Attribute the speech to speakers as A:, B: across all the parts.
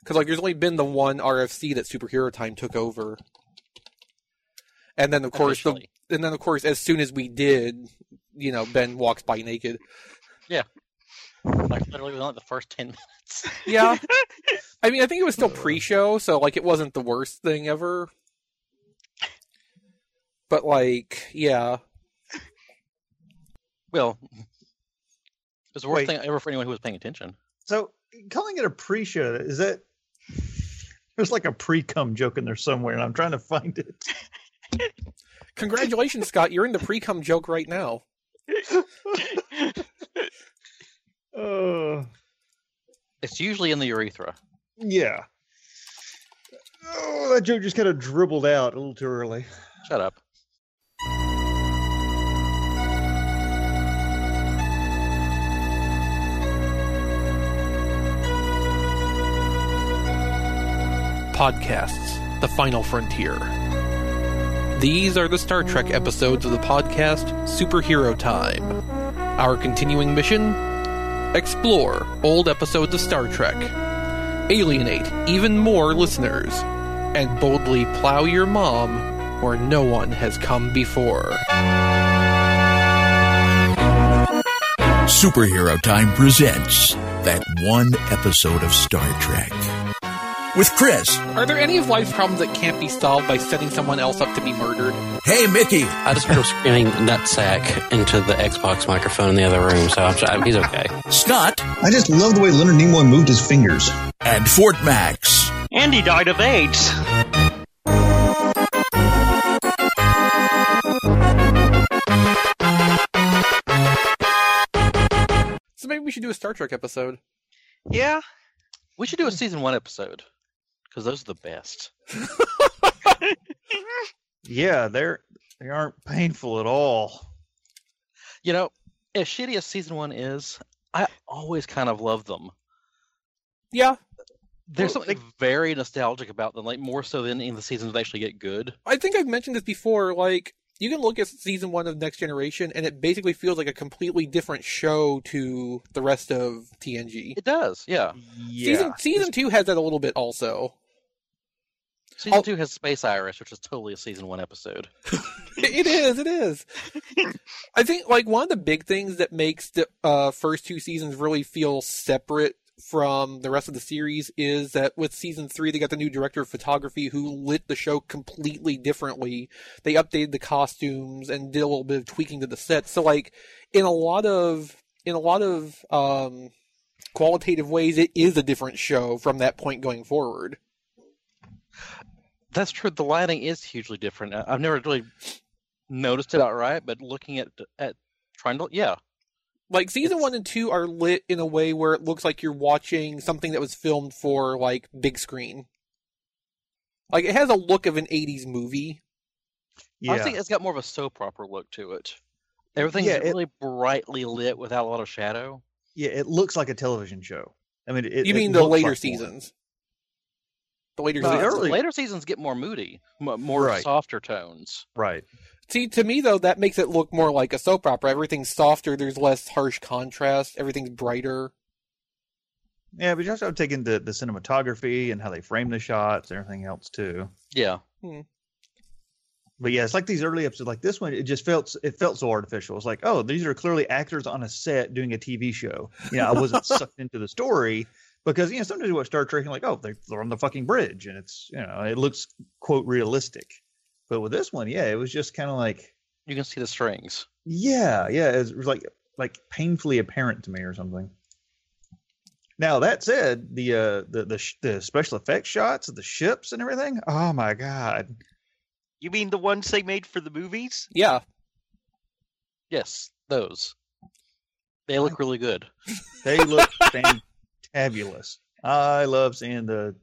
A: because like there's only been the one RFC that Superhero Time took over, and then of course the,
B: Officially.
A: and then of course as soon as we did, you know Ben walks by naked.
B: Like literally within like, the first ten minutes.
A: Yeah, I mean I think it was still pre-show, so like it wasn't the worst thing ever. But like, yeah,
B: Well, it was the worst
C: Wait.
B: thing ever for anyone who was paying attention.
C: So calling it a pre-show is that there's like a pre-cum joke in there somewhere, and I'm trying to find it.
A: congratulations, Scott, you're in the pre-cum joke right now.
C: Uh,
B: It's usually in the urethra.
C: yeah. Oh, that joke just kind of dribbled out a little too early.
B: Shut up.
A: podcasts, The Final Frontier. These are the Star Trek episodes of the podcast Superhero Time. Our continuing mission? Explore old episodes of Star Trek, alienate even more listeners, and boldly plow your mom where no one has come before.
D: Superhero Time presents that one episode of Star Trek with Chris.
A: Are there any of life's problems that can't be solved by setting someone else up to be murdered?
D: Hey, Mickey.
E: I just heard him screaming nutsack into the Xbox microphone in the other room, so I'm, i he's okay.
D: Scott
F: I just love the way Leonard Nimoy moved his fingers.
D: and Fort Max.
G: Andy died of AIDS.
A: So maybe we should do a Star Trek episode.
G: Yeah.
B: We should do a
A: Hmm.
B: season one episode because those are the best.
C: Yeah, they're they aren't painful at all.
B: You know, as shitty as season one is, I always kind of love them.
A: Yeah,
B: There's
C: Well,
B: something very nostalgic about them, like more so than in the seasons they actually get good.
A: I think I've mentioned this before. Like, you can look at season one of Next Generation, and it basically feels like a completely different show to the rest of TNG.
B: It does,
A: Hmm.
B: yeah.
C: Yeah.
A: Season season two has that a little bit also.
B: Season
A: Oh.
B: two has Space Irish, which is totally a season one episode.
A: It- it is. It is. I think like one of the big things that makes the uh, first two seasons really feel separate from the rest of the series is that with season three they got the new director of photography who lit the show completely differently. They updated the costumes and did a little bit of tweaking to the set. So like in a lot of in a lot of um, qualitative ways, it is a different show from that point going forward.
B: That's true. The lighting is hugely different. I- I've never really noticed it outright, but looking at at trying to, yeah,
A: like season
B: It's-
A: one and two are lit in a way where it looks like you're watching something that was filmed for like big screen. Like it has a look of an '80s movie.
B: I
C: yeah.
B: think it's got more of a soap opera look to it. Everything's
C: Yeah, it-
B: really brightly lit without a lot of shadow.
C: yeah, it looks like a television show. I mean, it,
A: you
C: it
A: mean the
C: looks
A: later
C: like one.
A: seasons? The later
C: No,
B: The
C: Uh,
A: seasons.
C: early-
B: later seasons get more moody, m- more
C: Right.
B: softer tones.
C: Right.
A: See, to me though, that makes it look more like a soap opera. Everything's softer. There's less harsh contrast. Everything's brighter.
C: Yeah, but you also have to take into the cinematography and how they frame the shots and everything else too.
B: Yeah,
C: But yeah, it's like these early episodes, like this one. It just felt it felt so artificial. It's like, oh, these are clearly actors on a set doing a TV show. You know, I wasn't sucked into the story because you know sometimes you watch Star Trek and like, oh, they're, they're on the fucking bridge, and it's you know it looks quote realistic. But with this one, yeah, it was just kind of like,
B: you can see the strings.
C: yeah, yeah, it was, it was like like painfully apparent to me or something. Now that said, the uh the the, sh- the special effects shots of the ships and everything, oh my god,
G: You mean the ones they made for the movies?
A: Yeah,
B: Yes, those. They look really good.
C: They look fantabulous. I love seeing the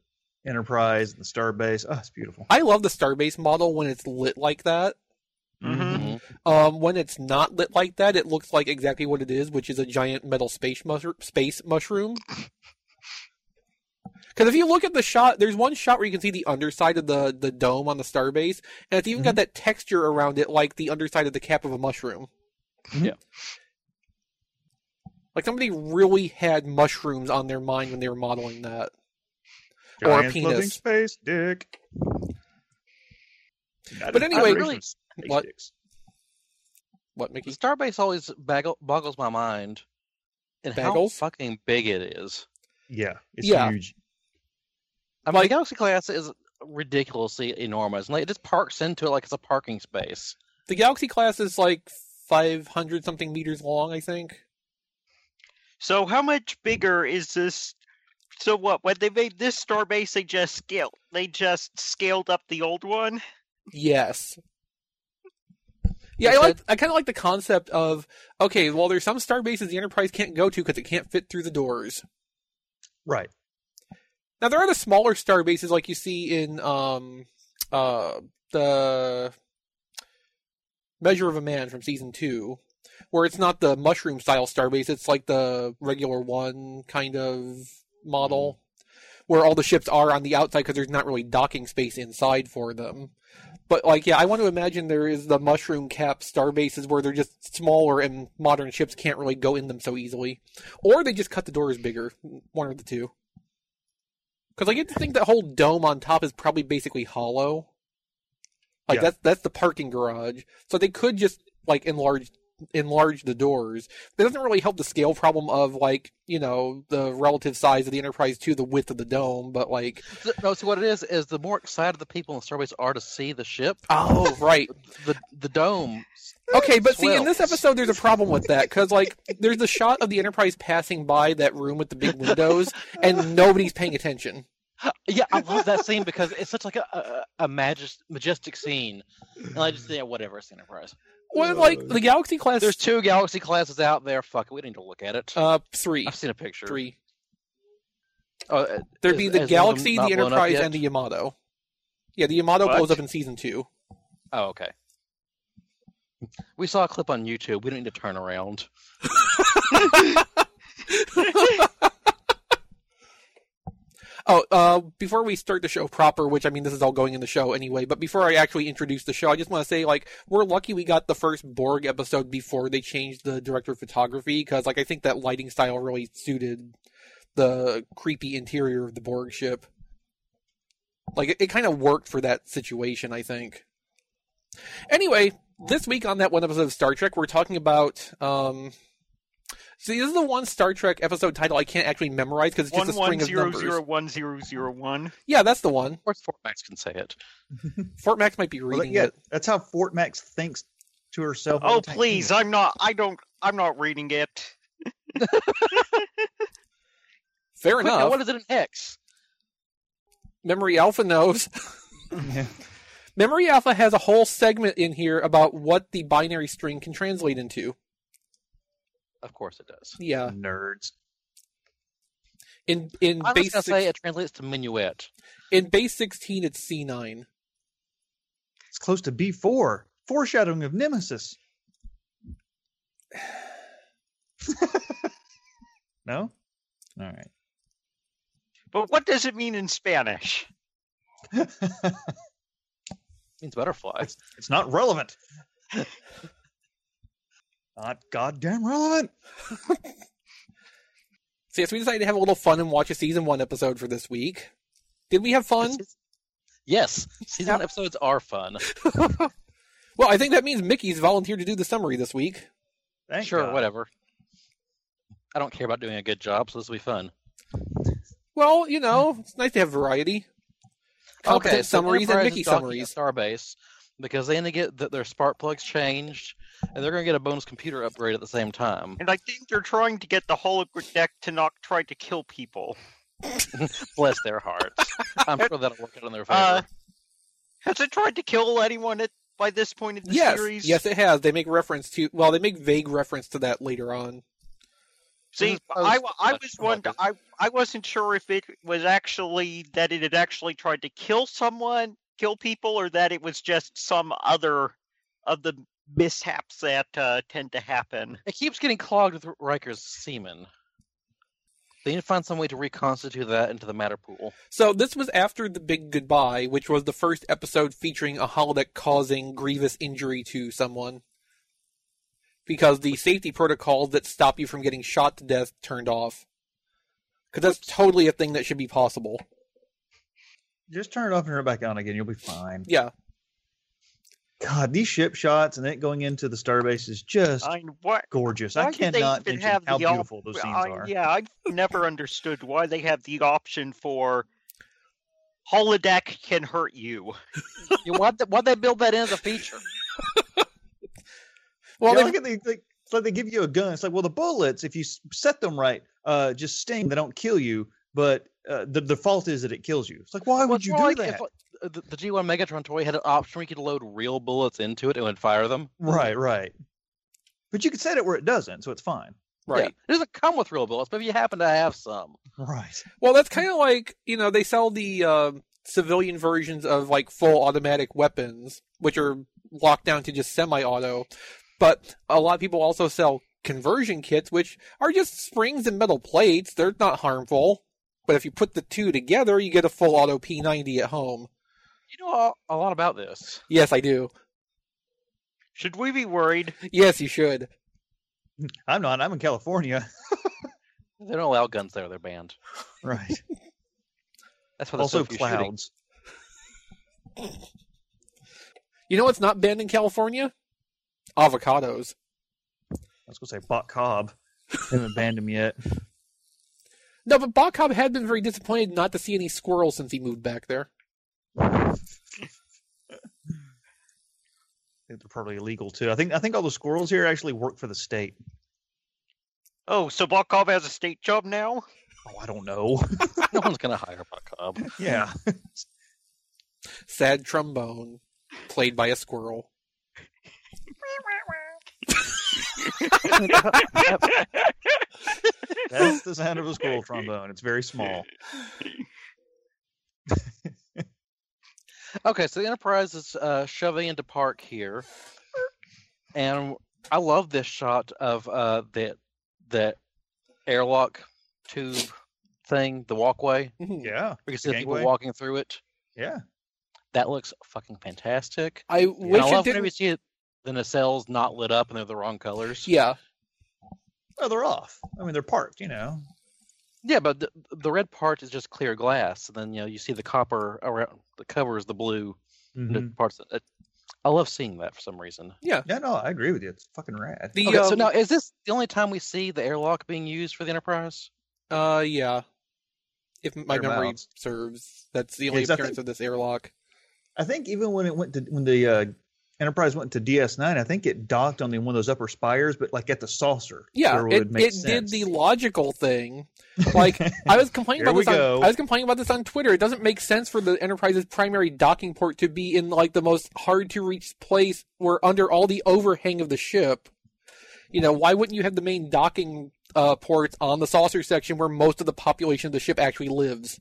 C: Enterprise and the Starbase. Oh, it's beautiful.
A: I love the Starbase model when it's lit like that. Mm-hmm.
B: Mhm.
C: Mhm.
A: Um, when it's not lit like that, it looks like exactly what it is, which is a giant metal space mushroom. Space mushroom. Because if you look at the shot, there's one shot where you can see the underside of the, the dome on the starbase, and it's even got that texture around it, like the underside of the cap of a mushroom.
C: Mhm.
B: Yeah.
A: Like somebody really had mushrooms on their mind when they were modeling that. Or a
C: Giants loving
A: penis.
C: space dick. Not
A: But
C: an
A: anyway-
C: operation of space
A: What?
C: dicks.
A: What, Mickey?
B: Starbase always baggle, boggles my mind, and
A: Bagels?
B: how fucking big it is.
C: Yeah, it's
A: Yeah.
C: huge.
B: I mean, the Galaxy class is ridiculously enormous, and like, it just parks into it like it's a parking space.
A: The Galaxy class is like 500 something meters long, I think.
G: So how much bigger is this? So what? When they made this starbase, they just scaled. They just scaled up the old one.
A: Yes. Yeah, I
B: That's
A: like. I kind of like the concept of okay. Well, there's some star bases the Enterprise can't go to because it can't fit through the doors.
C: Right.
A: Now there are the smaller star bases like you see in um uh the Measure of a Man from season two, where it's not the mushroom style star base, it's like the regular one kind of model. Where all the ships are on the outside because there's not really docking space inside for them. But like yeah, I want to imagine there is the mushroom cap star bases where they're just smaller and modern ships can't really go in them so easily. Or they just cut the doors bigger. One of the two. Because I get to think that whole dome on top is probably basically hollow. Like
C: Yeah.
A: that's that's the parking garage. So they could just like enlarge enlarge the doors. That doesn't really help the scale problem of like, you know, the relative size of the Enterprise to the width of the dome, but like
B: So- No, see what it is is the more excited the people in Starbase are to see the ship,
A: Oh right.
B: the the dome.
A: Okay, but see, in this
B: swells.
A: episode, there's a problem with that because, like, there's the shot of the Enterprise passing by that room with the big windows, and nobody's paying attention.
B: Yeah, I love that scene because it's such like a a, a majes- majestic scene, and I just think whatever it's Enterprise.
A: Well, like the Galaxy class,
B: There's two Galaxy classes out there. Fuck it, we need to look at it.
A: uh, three,
B: I've seen a picture.
A: three.
B: Uh,
A: There'd be
B: Is-
A: the
B: is one of them
A: Galaxy,
B: not
A: the
B: blown up
A: Enterprise,
B: yet?
A: and the Yamato. Yeah, the Yamato
G: What?
A: blows up in season two.
B: oh, okay. We saw a clip on YouTube. We don't need to turn around.
A: Oh, uh, before we start the show proper, which I mean, this is all going in the show anyway, but before I actually introduce the show, I just want to say, like, we're lucky we got the first Borg episode before they changed the director of photography, because, like, I think that lighting style really suited the creepy interior of the Borg ship. Like, it, it kind of worked for that situation, I think. Anyway, this week on that one episode of Star Trek, we're talking about, um,. See, this is the one Star Trek episode title I can't actually memorize because it's just
G: One
A: a string
G: one
A: of
G: zero
A: numbers.
G: zero one zero zero one.
A: Yeah, that's the one.
B: Of course, Fort Max can say it.
A: Fort Max might be
C: Well,
A: reading
C: yeah,
A: it.
C: that's how Fort Max thinks to herself.
G: Oh
C: on Titanic.
G: please, I'm not. I don't. I'm not reading it.
A: Fair
B: Wait, now
A: enough.
B: what is it in hex?
A: Memory Alpha knows.
C: Yeah.
A: Memory Alpha has a whole segment in here about what the binary string can translate into.
B: Of course, it does.
A: Yeah,
C: Nerds.
A: in in
B: I was
A: base
B: gonna
A: six-
B: say it translates to minuet.
A: in base sixteen, it's C nine.
C: It's close to B4. Foreshadowing of Nemesis. no? All right.
G: But what does it mean in Spanish?
B: means butterfly.
C: It's not relevant. not goddamn relevant.
A: So yes, we decided to have a little fun and watch a season one episode for this week. Did we have fun?
B: Yes, season one episodes are fun.
A: Well, I think that means Mickey's volunteered to do the summary this week.
C: Thank
B: sure,
C: God.
B: whatever. I don't care about doing a good job, so this will be fun.
A: Well, you know, it's nice to have variety. Competent
B: so
A: summaries and
B: Enterprise
A: Mickey
B: is docking at
A: summaries.
B: Starbase because they need to get th- their spark plugs changed, and they're going to get a bonus computer upgrade at the same time.
G: And I think they're trying to get the holodeck to not try to kill people.
B: Bless their hearts. I'm sure that'll work out in their favor.
G: Uh, Has it tried to kill anyone at by this point in the
A: Yes,
G: series?
A: yes, it has. They make reference to. Well, they make vague reference to that later on.
G: See,
B: This is
G: I,
B: post-
G: wa- I
B: not
G: was
B: post-
G: one. I I wasn't sure if it was actually that it had actually tried to kill someone, kill people, or that it was just some other of the mishaps that uh, tend to happen.
B: it keeps getting clogged with Riker's semen. They need to find some way to reconstitute that into the matter pool.
A: So this was after the big goodbye, which was the first episode featuring a holodeck causing grievous injury to someone. Because the safety protocols that stop you from getting shot to death turned off. Because that's totally a thing that should be possible.
C: just turn it off and turn it back on again. You'll be fine.
A: Yeah.
C: God, these ship shots and it going into the starbase is just
G: I mean, what?
C: gorgeous.
G: Why
C: I
G: did they
C: cannot
G: even
C: mention
G: have
C: how
G: the op-
C: beautiful those scenes
G: I-
C: are.
G: Yeah, I've never understood why they have the option for holodeck can hurt you.
B: You why why they build that in as a feature?
A: Well,
C: yeah,
A: they-
C: look at the, like, it's like they give you a gun. It's like, well, the bullets, if you s- set them right, uh, just sting. They don't kill you, but uh, the the fault is that it kills you. It's like, why
B: Well,
C: would
B: it's
C: you
B: more
C: do
B: like
C: that?
B: if, uh, the, the G1 Megatron toy had an option where you could load real bullets into it and it would fire them.
C: right, right. But you could set it where it doesn't, so it's fine.
B: Yeah,
A: right.
B: It doesn't come with real bullets, but if you happen to have some,
C: Right.
A: Well, that's kind of like you know they sell the um civilian versions of like full automatic weapons, which are locked down to just semi-auto. But a lot of people also sell conversion kits, which are just springs and metal plates. They're not harmful, but if you put the two together, you get a full auto P90 at home.
B: you know a, a lot about this.
A: Yes, I do.
G: Should we be worried?
A: Yes, you should.
C: I'm not. I'm in California.
B: They don't allow guns there; they're banned.
C: Right.
B: That's why there's
C: also
B: so few shooting.
C: clouds.
A: You know what's not banned in California? Avocados.
C: I was gonna say Bot Cobb. Haven't banned him yet.
A: No, but Bob Cobb had been very disappointed not to see any squirrels since he moved back there.
C: They're probably illegal too. I think I think all the squirrels here actually work for the state.
G: Oh, so Balkov has a state job now?
C: Oh, I don't know.
B: No one's gonna hire Buck Cobb.
C: yeah.
A: Sad trombone, played by a squirrel.
C: That's the sound of a squirrel trombone. It's very small.
B: Okay, so the Enterprise is uh, shoving into park here, and I love this shot of uh, that that airlock tube thing, the walkway.
A: Mhm.
C: Yeah.
B: We can see the people
C: Gangway?
B: walking through it.
C: Yeah.
B: That looks fucking fantastic.
A: I
B: And
A: wish
B: I
A: it
B: love whenever you
A: didn't.
B: see it, the nacelles not lit up and they're the wrong colors.
A: Yeah,
C: Well, they're off. I mean, they're parked, you know.
B: Yeah, but the, the red part is just clear glass, and then you know you see the copper around the covers the blue
C: Mm-hmm.
A: Mm-hmm.
B: the parts. That, it, I love seeing that for some reason.
C: Yeah, no, I agree with you. It's fucking rad.
A: the
B: Okay, so
A: um,
B: now is this the only time we see the airlock being used for the Enterprise?
A: uh, yeah. If my memory
C: Thereabouts.
A: serves, that's the only
C: Yes, I
A: appearance of this airlock.
C: I think even when it went to when the uh, Enterprise went to DS9, I think it docked on the, one of those upper spires, but like at the saucer.
A: Yeah,
C: where
A: it,
C: would make
A: it did the
C: sense.
A: logical thing. Like I was complaining
C: Here
A: about this.
C: we
A: On,
C: go.
A: I was complaining about this on Twitter. It doesn't make sense for the Enterprise's primary docking port to be in like the most hard to reach place where under all the overhang of the ship. You know, why wouldn't you have the main docking uh, port on the saucer section where most of the population of the ship actually lives?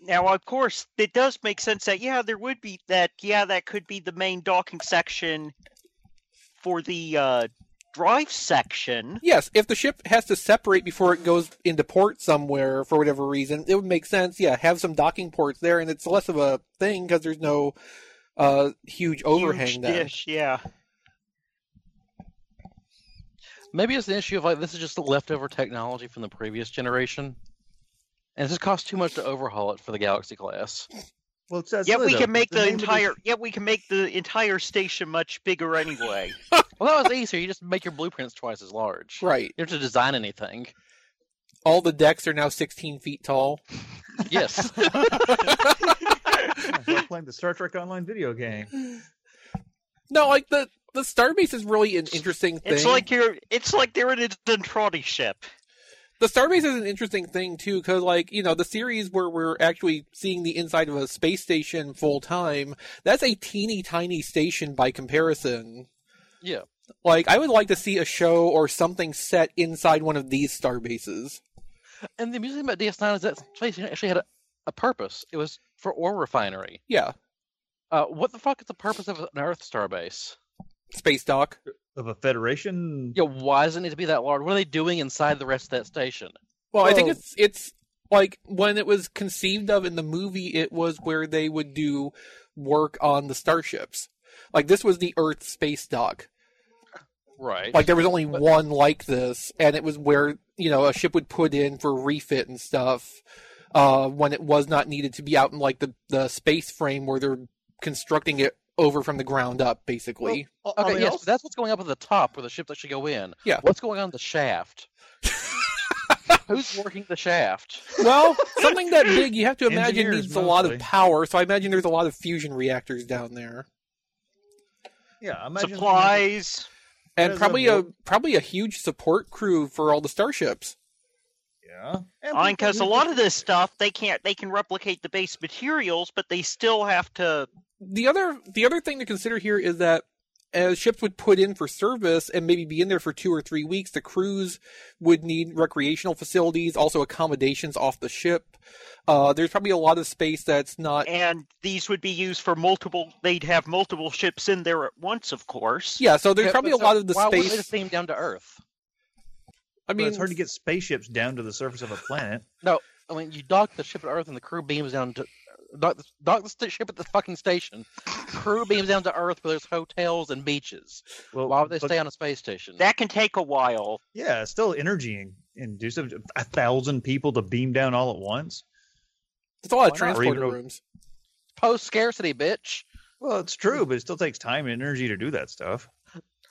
G: Now, of course, it does make sense that, yeah, there would be that, yeah, that could be the main docking section for the uh, drive section.
A: Yes, if the ship has to separate before it goes into port somewhere for whatever reason, it would make sense. Yeah, have some docking ports there, and it's less of a thing because there's no uh, huge overhang
G: Huge
A: there.
G: dish, yeah.
B: Maybe it's an issue of like this is just the leftover technology from the previous generation, and it just costs too much to overhaul it for the Galaxy class.
C: Well, it's that
G: yeah,
C: silly,
G: we
C: though,
G: can make the
C: name of
G: entire yeah, we can make the entire station much bigger anyway.
B: Well, that was easier. You just make your blueprints twice as large.
A: Right.
B: You don't have to design anything.
A: All the decks are now 16 feet tall.
B: Yes.
C: It's like playing the Star Trek Online video game.
A: No, like the the starbase is really an interesting thing.
G: It's like you're it's like they're in a Zentradi ship.
A: the starbase is an interesting thing too because like you know the series where we're actually seeing the inside of a space station full time that's a teeny tiny station by comparison
B: Yeah.
A: like i would like to see a show or something set inside one of these starbases
B: And the amusing thing about DS9 is that space station actually had a, a purpose. It was for ore refinery.
A: yeah
B: Uh, what the fuck is the purpose of an Earth starbase?
A: space dock
C: Of a Federation.
B: Yeah, why does it need to be that large? What are they doing inside the rest of that station?
A: well i think
C: Well-
A: it's it's like when it was conceived of in the movie it was where they would do work on the starships like this was the earth space dock
B: Right.
A: Like there was only
B: But-
A: one like this, and it was where you know a ship would put in for refit and stuff. uh, when it was not needed to be out in like the, the space frame where they're constructing it over from the ground up, basically.
B: Okay, yes, but that's what's going up at the top where the ship that should go in.
A: Yeah.
B: What's going on in the shaft? Who's working the shaft?
A: Well, something that big, you have to imagine
C: Engineers,
A: needs a lot of
C: mostly.
A: power. So I imagine there's a lot of fusion reactors down there,
C: yeah, I imagine-
G: Supplies.
A: and
C: There's a
A: probably a
C: wo-
A: probably a huge support crew for all the starships.
C: Yeah, And
G: I mean, because a
C: people-
G: lot of this stuff, they can't. They can replicate the base materials, but they still have to.
A: the other the other thing to consider here is that as ships would put in for service and maybe be in there for two or three weeks, the crews would need recreational facilities, also accommodations off the ship. Uh, there's probably a lot of space that's not.
G: And these would be used for multiple. They'd have multiple ships in there at once, of course.
A: Yeah, so there's
B: Yeah,
A: probably a
B: but so
A: lot of the
B: why wouldn't they just
A: space.
B: beam down to Earth?
A: I
C: but
A: mean,
C: it's hard to get spaceships down to the surface of a planet.
B: I mean, you dock the ship at Earth, and the crew beams down to dock the, dock the st- ship at the fucking station. crew beams down to Earth, where there's hotels and beaches.
C: Well,
B: Why would they
C: but-
B: stay on a space station?
G: That can take a while.
C: Yeah, it's still energy inducive. A thousand people to beam down all at once.
A: it's a lot of
C: Why not? Or even
A: transporter
C: a-
A: rooms.
B: Post scarcity, bitch.
C: Well, it's true, but it still takes time and energy to do that stuff.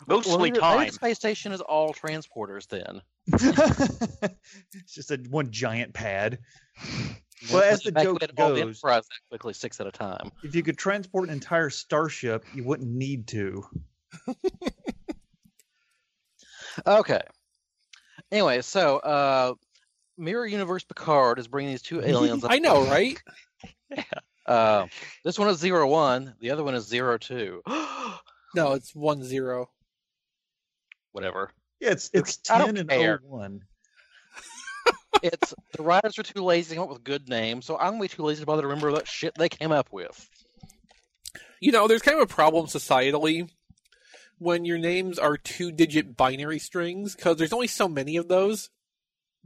G: Mostly
B: maybe the- Maybe
G: time.
B: the space station is all transporters then.
C: it's just a one giant pad. Well, as the
B: Evacuate
C: joke
B: all the
C: goes-
B: Enterprise that quickly six at a time.
C: If you could transport an entire starship, you wouldn't need to.
B: Okay. Anyway, so uh, Mirror Universe Picard is bringing these two aliens. up.
A: I know, right?
B: Uh, this one is zero one. The other one is zero two.
A: No, it's one zero.
B: Whatever.
C: Yeah, it's it's
B: I don't
C: ten and
B: care.
C: 01.
B: It's the writers are too lazy to come up with good names, so I'm way too lazy to bother to remember that shit they came up with.
A: You know, there's kind of a problem societally when your names are two-digit binary strings because there's only so many of those.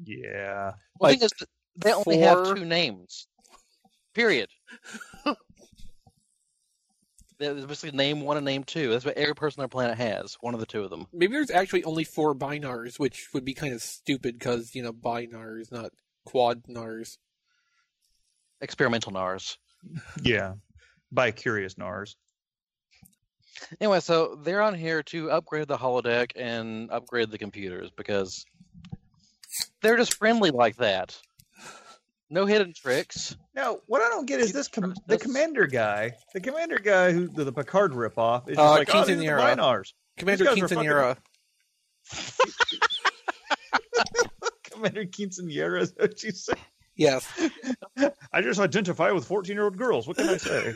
C: Yeah,
B: Well, the
A: Like,
B: thing is, that they only have
A: four-
B: two names. Period. There's basically name one and name two. That's what every person on the planet has. One of the two of them.
A: Maybe there's actually only four binars, which would be kind of stupid because you know binars, not quadnars.
B: Experimental NARS.
C: yeah. By curious Nars.
B: Anyway, so they're on here to upgrade the holodeck and upgrade the computers because they're just friendly like that. No hidden tricks.
C: Now, what I don't get is
B: Keep
C: this: com-
B: trust
C: the
B: us.
C: commander guy, the commander guy who the, the Picard ripoff, is just
A: Uh,
C: like, oh, these are the
A: Quinceañera.
C: Binars.
A: Commander
C: guys are fucking-
A: Quintanera.
C: Commander Quinceañera, is what you say?
A: Yes,
C: I just identify with fourteen-year-old girls. What can I say?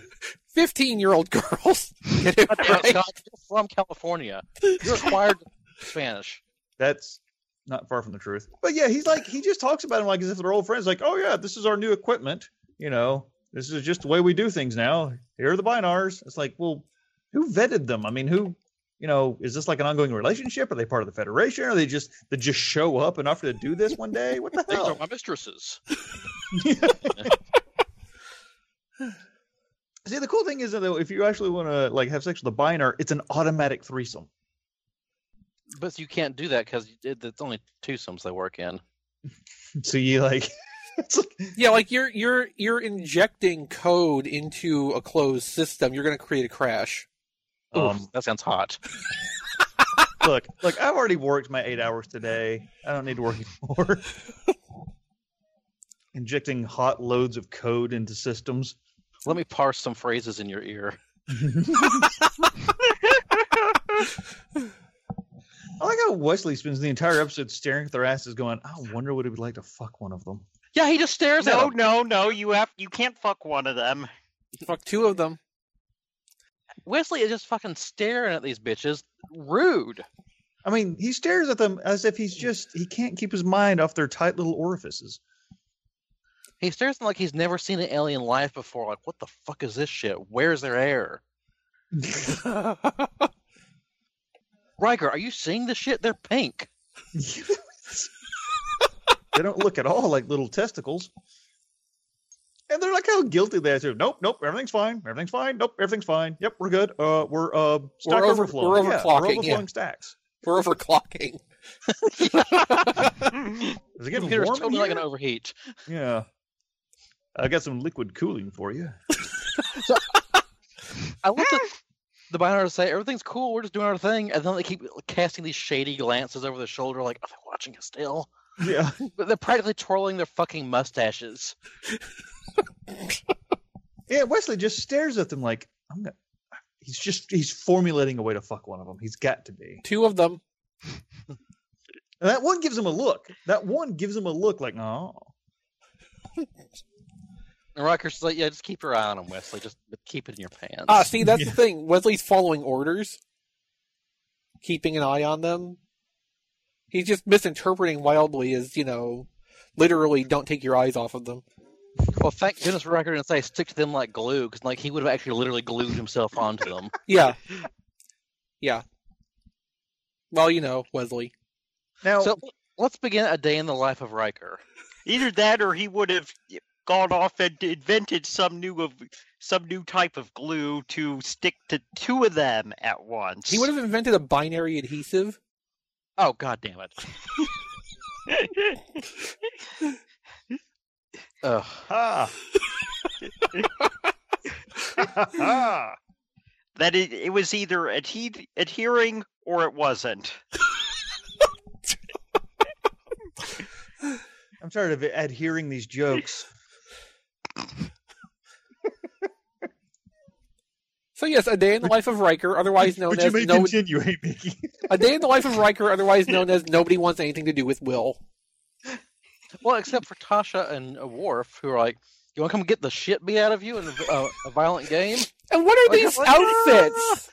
A: fifteen-year-old girls. Get it
B: Goddamn it,
A: right?
B: Scott, you're from California. You're acquired Spanish.
C: That's not far from the truth. But yeah, he's like he just talks about them like as if they're old friends. Like, oh yeah, this is our new equipment. You know, this is just the way we do things now. Here are the binars. It's like, well, who vetted them? I mean, who? You know, is this like an ongoing relationship? Are they part of the Federation? Are they just they just show up and offer to do this one day? What the
B: These are
A: Oh.
C: hell?
B: my mistresses.
C: See, the cool thing is though, if you actually want to like have sex with a binar, it's an automatic threesome.
B: But you can't do that because it's only twosomes they work in.
C: So you like, it's like
A: Yeah, like you're you're you're injecting code into a closed system. You're going to create a crash.
B: Oof,
C: Um,
B: that sounds hot.
C: look, look, I've already worked my eight hours today. I don't need to work anymore. Injecting hot loads of code into systems.
B: Let me parse some phrases in your ear.
C: I like how Wesley spends the entire episode staring at their asses, going, "I wonder what it would be like to fuck one of them."
B: Yeah, he just stares at
G: No,
B: 'em.
G: no, no. You have. You can't fuck one of them.
A: Fuck two of them.
B: Wesley is just fucking staring at these bitches. Rude.
C: I mean, he stares at them as if he's just he can't keep his mind off their tight little orifices.
B: He stares at them like he's never seen an alien life before. Like, what the fuck is this shit? Where's their air? Riker, are you seeing this shit? They're pink.
C: they don't look at all like little testicles. And they're like how guilty they are too. Nope, nope, everything's fine. Everything's fine. Nope, everything's fine. Yep, we're good. Uh we're uh stack
A: We're over-
C: overflowing.
A: we're
C: Yeah,
A: overclocking,
C: we're overflowing
A: yeah.
C: stacks.
A: We're overclocking.
G: I
C: Is it getting
B: Computer's
C: warm in
B: totally not
C: here?
B: gonna overheat.
C: Yeah. I got some liquid cooling for you.
B: I love the the binary to say everything's cool. We're just doing our thing, and then they keep casting these shady glances over the shoulder, like are they watching us still?
C: Yeah.
B: But they're practically twirling their fucking mustaches.
C: Yeah, Wesley just stares at them like, I'm gonna. He's just he's formulating a way to fuck one of them. He's got to be.
A: Two of them.
C: And that one gives him a look. That one gives him a look like, oh,
B: And Rocker's like, yeah, just keep your eye on them, Wesley. Just keep it in your pants.
A: Ah, see, that's the thing. Wesley's following orders, keeping an eye on them. He's just misinterpreting wildly as, you know, literally don't take your eyes off of them.
B: well, thank goodness Rocker didn't say stick to them like glue, because like he would have actually literally glued himself onto them.
A: Yeah. Yeah. Well, you know, Wesley.
C: now
B: So let's begin a day in the life of Riker.
G: Either that, or he would have gone off and invented some new of some new type of glue to stick to two of them at once.
A: He would have invented a binary adhesive.
B: Oh god damn it. Ugh.
C: ha. Ha.
G: that it, it was either adhe- adhering or it wasn't.
C: I'm tired of adhering these jokes.
A: So yes, a day in the life of Riker, otherwise known
C: Which
A: as
C: you may
A: no,
C: continue, hey, Mickey.
A: a day in the life of Riker, otherwise known as nobody wants anything to do with Will.
B: Well, except for Tasha and uh, Worf, who are like, "You want to come get the shit beat out of you in a, a, a violent game?"
A: And what are
B: Like,
A: these
B: like, "Ah!"
A: outfits?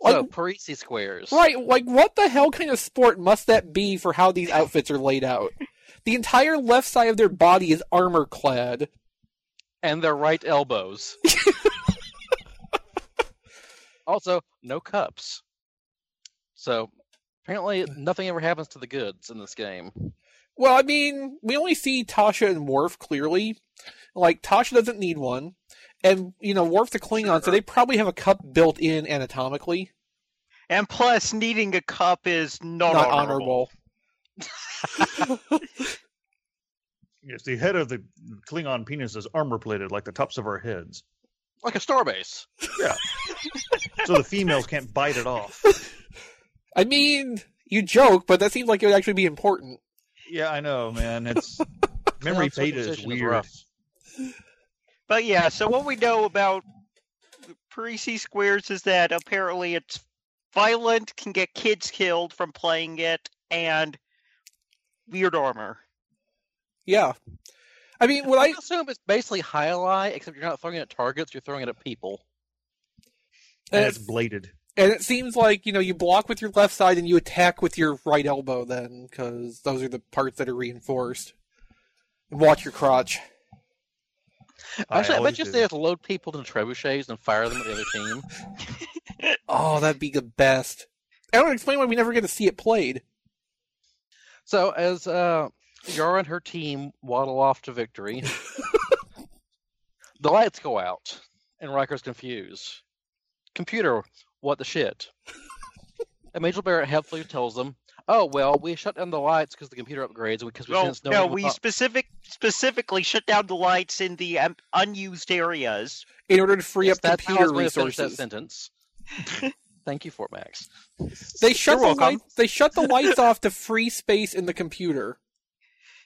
A: Like-
B: So Parisi squares.
A: Right, like what the hell kind of sport must that be for how these outfits are laid out? The entire left side of their body is armor clad.
B: and their right elbows. also, no cups. So apparently, nothing ever happens to the goods in this game.
A: Well, I mean, we only see Tasha and Worf clearly. Like Tasha doesn't need one, and you know Worf's a Klingon, so they probably have a cup built in anatomically.
G: And plus, needing a cup is not,
A: Not
G: honorable.
A: honorable.
C: Yes, the head of the Klingon penis is armor plated like the tops of our heads,
B: Like a starbase.
C: so the females can't bite it off.
A: I mean, you joke, but that seems like it would actually be important.
C: Yeah, I know, man. It's memory
B: Klingon
C: beta is
B: circumcision is
C: weird.
B: rough.
G: But yeah, so what we know about Parisi squares is that apparently it's violent, can get kids killed from playing it, and weird armor.
A: Yeah, I mean, what I
B: I assume it's basically high lie, except you're not throwing it at targets, you're throwing it at people.
C: and it's bladed.
A: And it seems like, you know, you block with your left side and you attack with your right elbow then, because those are the parts that are reinforced. And watch your crotch.
B: Actually, I,
C: always
B: bet you
C: do.
B: they have to load people to the trebuchets and fire them at the other team.
A: Oh, that'd be the best. I don't explain why we never get to see it played.
B: So as uh, Yara and her team waddle off to victory, the lights go out, and Riker's confused. Computer, what the shit? And Major Barrett helpfully tells them, "Oh well, we shut down the lights because the computer upgrades because we uh,
G: No,
B: sense no,
G: no,
B: one will
G: we
B: not-
G: specific specifically shut down the lights in the um, unused areas.
A: In order to free
B: Yes,
A: up
B: that's how I was
A: computer
B: going to finish that
A: resources.
B: sentence. Thank you for it, Max.
A: They shut
G: You're
A: the
G: welcome.
A: lights they shut the lights off to free space in the computer.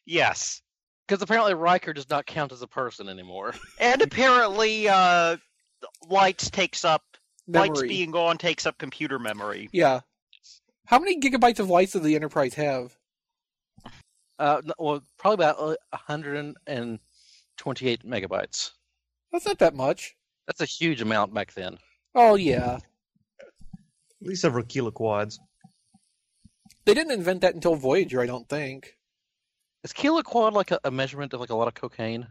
G: Yes,
B: Because apparently Riker does not count as a person anymore.
G: and apparently, uh, lights takes up lights
A: Memory.
G: being on takes up computer memory.
A: Yeah. How many gigabytes of lights does the Enterprise have?
B: Uh, no, well, probably about uh, 128 megabytes.
A: That's not that much.
B: That's a huge amount back then.
A: Oh yeah.
C: At least several kiloquads.
A: They didn't invent that until Voyager, I don't think.
B: Is kiloquad like a, a measurement of like a lot of cocaine?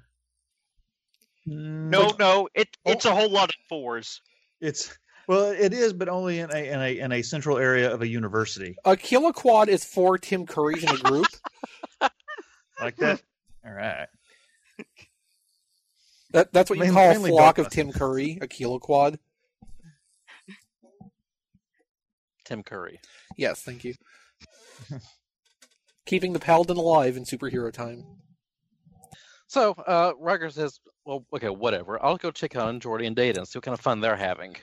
C: Mm,
G: No, no, it
C: Oh.
G: it's a whole lot of fours.
C: It's well, it is, but only in a in a in a central area of a university
A: A kiloquad is four Tim Currys in a group.
C: like that. All right.
A: That, that's what you
C: Main-
A: call a
C: mainly
A: flock of
C: Delta.
A: Tim Curry, a kiloquad.
B: Tim Curry.
A: Yes, thank you. Keeping the paladin alive in superhero time.
B: So uh, Riker says, "Well, okay, whatever. I'll go check on Jordy and Data and see what kind of fun they're having."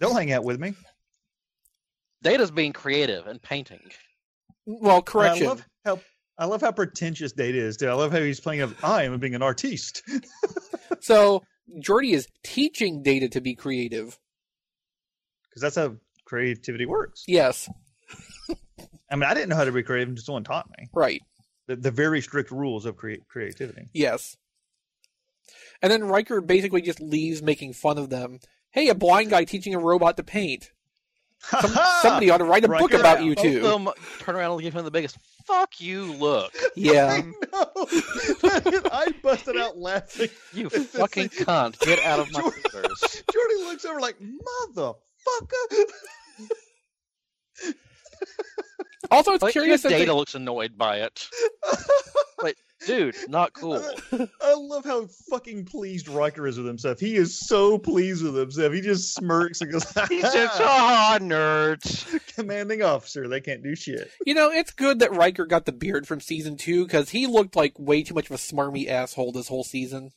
C: They'll hang out with me.
B: Data's being creative and painting.
A: Well,
C: And
A: correction.
C: I love how I love how pretentious Data is too. I love how he's playing up. I am being an artiste.
A: So Jordy is teaching Data to be creative.
C: because that's how creativity works.
A: Yes,
C: I mean, I didn't know how to be creative until someone taught me
A: right.
C: the, the very strict rules of crea- creativity.
A: Yes. And then Riker basically just leaves making fun of them. Hey, a blind guy teaching a robot to paint. Some, somebody ought to write a book
C: Ah, Riker.
A: about you
B: Both of
A: two.
B: them turn around and give him the biggest "fuck you" look.
A: Yeah.
C: no, I busted out laughing.
B: You
C: This is-
B: fucking cunt! Get out of my
C: Jordy-
B: quarters.
C: Jordy looks over like motherfucker.
A: Also, it's
B: Like,
A: curious that
B: even
A: they-
B: Data looks annoyed by it. Like, dude, not cool.
C: I love how fucking pleased Riker is with himself. He is so pleased with himself. He just smirks and goes,
G: He's just, ah, nerds.
C: "Commanding officer, they can't do shit."
A: you know, it's good that Riker got the beard from season two because he looked like way too much of a smarmy asshole this whole season.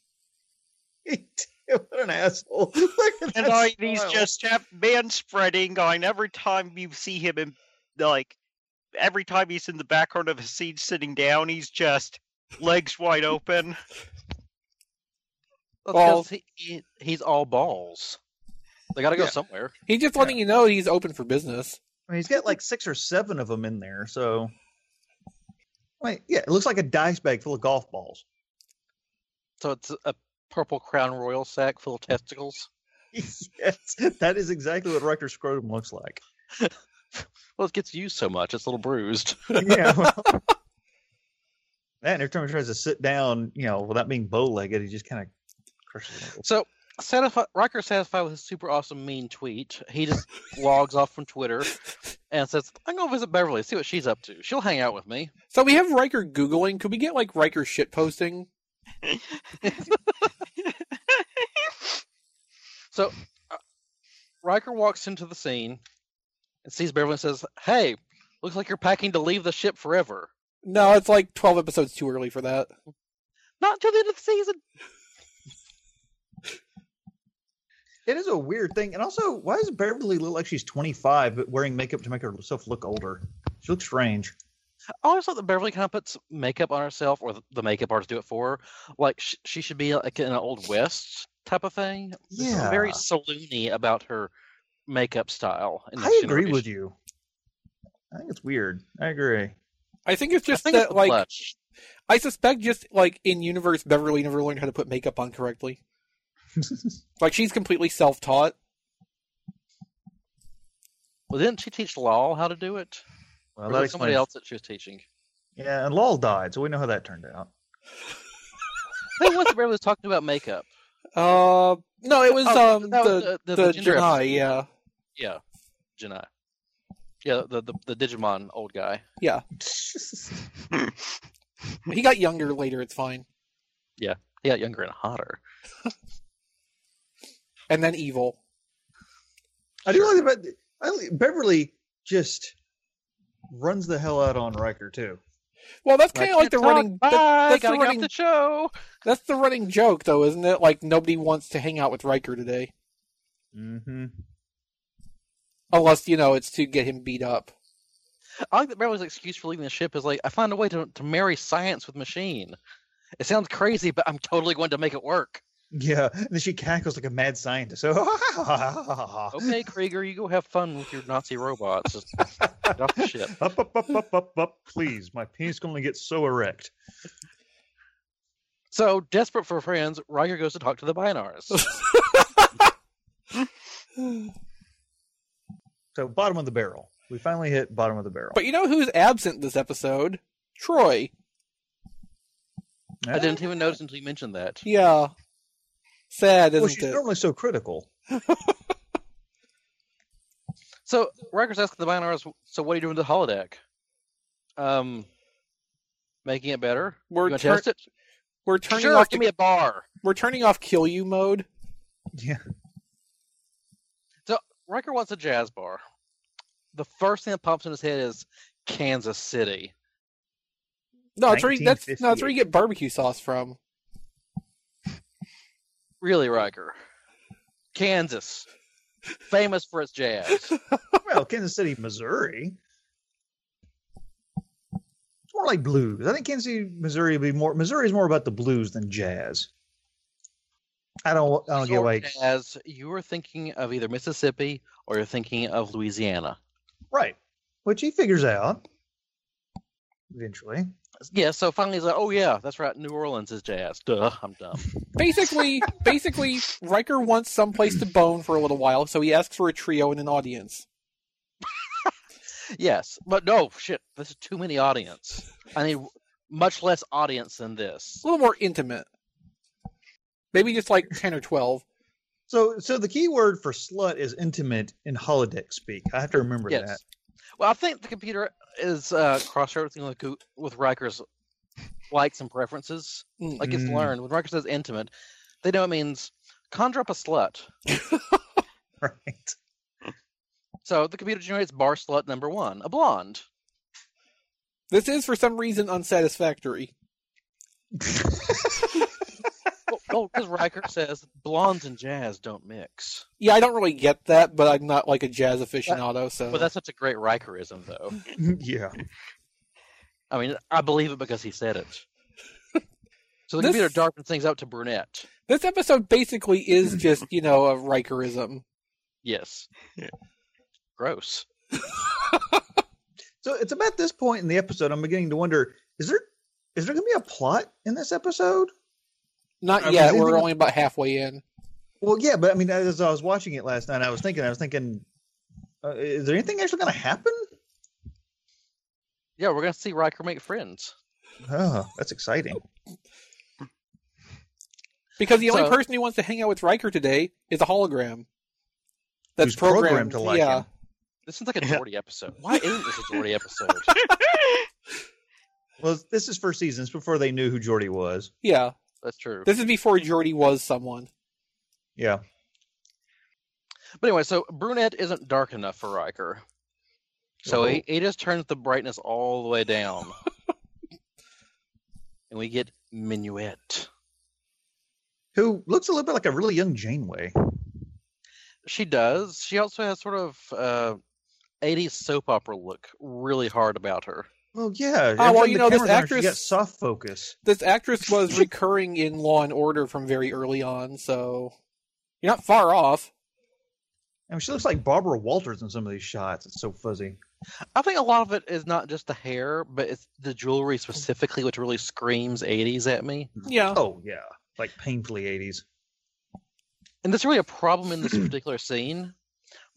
C: what an asshole! Look at
G: and
C: that
G: I, he's
C: smile.
G: just have man spreading on every time you see him in like every time he's in the background of a scene sitting down he's just legs wide open
B: That's
A: Balls.
B: 'cause He, he, he's all balls. They got to go somewhere.
A: He's just letting you know he's open for business.
C: I mean, he's got like six or seven of them in there. So, wait, yeah, it looks like a dice bag full of golf balls.
B: So it's a purple crown royal sack full of testicles.
C: yes, that is exactly what Rector Scrotum looks like.
B: Well, it gets used so much, it's a little bruised.
C: Yeah. well- That and every time he tries to sit down, you know, without being bow-legged, he just kind of curses. a little.
B: So satisfi- Riker satisfied with his super awesome mean tweet. He just logs off from Twitter and says, "I'm gonna visit Beverly, see what she's up to. She'll hang out with me."
A: So we have Riker Googling. Could we get, like, Riker shit posting?
B: Riker walks into the scene and sees Beverly and says, "Hey, looks like you're packing to leave the ship forever."
A: No, it's like 12 episodes too early for that.
B: Not until the end of the season.
C: It is a weird thing, and also, why does Beverly look like she's 25 but wearing makeup to make herself look older? She looks strange.
B: I always thought that Beverly kind of puts makeup on herself, or th- the makeup artist do it for her. Like sh- she should be like in an old west type of thing. There's something very
C: Yeah.
B: saloony about her makeup style. in
C: I
B: this
C: agree with
B: generation.
C: you. I think it's weird. I agree.
A: I think it's
B: I
A: just
B: think
A: that,
B: it's the
A: like,
B: blush.
A: I suspect just like in universe, Beverly never learned how to put makeup on correctly. like she's completely self-taught.
B: Well, didn't she teach Law how to do it?
C: Well,
B: or
C: that
B: was it somebody
C: explains-
B: else that she was teaching.
C: Yeah, and Lol died, so we know how that turned out.
B: Who was it Beverly was talking about makeup?
A: Uh, no, it was
B: Oh,
A: um
B: that was
A: the
B: the,
A: the,
B: ginger episode.
A: Jedi, yeah,
B: Yeah, Janai. Yeah, the, the the Digimon old guy.
A: he got younger later. It's fine,
B: He got younger and hotter.
A: and then evil.
C: I do like about I, li- Beverly just runs the hell out on Riker too.
A: Well, that's kind of like the running. that-
B: Bye,
A: that's the
B: gotta get off
A: running.
B: the show.
A: that's the running joke, though, isn't it? Like nobody wants to hang out with Riker today,
C: Mm-hmm.
A: unless you know it's to get him beat up.
B: I like that Beverly's excuse for leaving the ship is like, I found a way to, to marry science with machine. It sounds crazy, but I'm totally going to make it work.
C: Yeah, and then she cackles like a mad scientist. Oh, So up,
B: Okay, Krieger, you go have fun with your Nazi robots. Just get off the ship.
C: up, up, up, up, up, please. My penis can only get so erect.
B: So, desperate for friends, Riker goes to talk to the Binars.
C: So bottom of the barrel. We finally hit bottom of the barrel.
A: But you know who's absent this episode? Troy.
B: I didn't even notice until you mentioned that.
A: Yeah. Sad,
C: Well,
A: isn't
C: she's
A: it?
C: normally so critical.
B: So, Riker's asking the Binars, so what are you doing to the holodeck? Um, making it better?
A: We're
B: you want to
A: tur-
B: test it?
A: We're turning
B: sure,
A: off.
B: give
A: the-
B: me a bar.
A: we're turning off kill you mode.
C: Yeah.
B: Riker wants a jazz bar. The first thing that pops in his head is Kansas City.
A: No, that's where you, that's, no, that's where you get barbecue sauce from.
B: Really, Riker. Kansas, famous for its jazz.
C: Well, Kansas City, Missouri. It's more like blues. I think Kansas City, Missouri would be more. Missouri is more about the blues than jazz. I don't. I don't get why.
B: As you were thinking of either Mississippi or you're thinking of Louisiana.
C: Right. Which he figures out eventually.
B: Yeah, so finally he's like, oh yeah, that's right, New Orleans is jazz. Duh, I'm dumb.
A: Basically, basically, Riker wants someplace to bone for a little while, so he asks for a trio and an audience.
B: yes, but no, shit, this is too many audience. I need much less audience than this.
A: A little more intimate. Maybe just like ten or twelve.
C: So, so the key word for slut is intimate in holodeck speak. I have to remember
B: Yes.
C: that.
B: Well, I think the computer is uh, cross-referencing with, Goo- with Riker's likes and preferences.
A: Mm.
B: Like it's
C: Mm.
B: learned when Riker says intimate, they know it means conjure up a slut.
C: Right.
B: So the computer generates bar slut number one, a blonde.
A: This is for some reason unsatisfactory.
B: Well, because Riker says blondes and jazz don't mix.
A: Yeah, I don't really get that, but I'm not like a jazz aficionado, so
B: Well, that's such a great Rikerism, though.
C: yeah.
B: I mean, I believe it because he said it. So the
A: This-
B: computer darkens things up to brunette.
A: this episode basically is just you know a Rikerism.
B: Yes. Gross.
C: So it's about this point in the episode I'm beginning to wonder is there is there going to be a plot in this episode?
A: Not
C: I
A: yet.
C: was
A: We're
C: thinking-
A: only about halfway in.
C: Well, yeah, but I mean, as I was watching it last night, I was thinking, I was thinking, uh, is there anything actually going to happen?
B: Yeah, we're gonna see Riker make friends.
C: Oh, that's exciting.
A: Because the only
B: So-
A: person who wants to hang out with Riker today is a hologram. That's
C: Who's
A: programmed,
C: programmed to like
A: yeah.
C: him.
B: This sounds like a
G: Yeah.
B: Geordi episode. Why isn't this a Geordi episode?
C: Well, this is first season. It's before they knew who Jordy was.
A: Yeah.
B: That's true.
A: This is before Geordi was someone.
C: Yeah.
B: But anyway, so brunette isn't dark enough for Riker. So he, he just turns the brightness all the way down. and we get Minuet.
C: Who looks a little bit like a really young Janeway.
B: She does. She also has sort of uh, 80s soap opera look really hard about her.
C: Well, yeah.
A: Ah, well,
C: every time
A: you
C: the
A: know, this
C: camera's on her,
A: actress-
C: She got soft focus.
A: This actress was recurring in Law and Order from very early on, so you're not far off.
C: I mean, she looks like Barbara Walters in some of these shots. It's so fuzzy.
B: I think a lot of it is not just the hair, but it's the jewelry specifically, which really screams 80s at me.
A: Yeah.
C: Oh, yeah. Like painfully 80s.
B: And that's really a problem in this
C: Hmm.
B: particular scene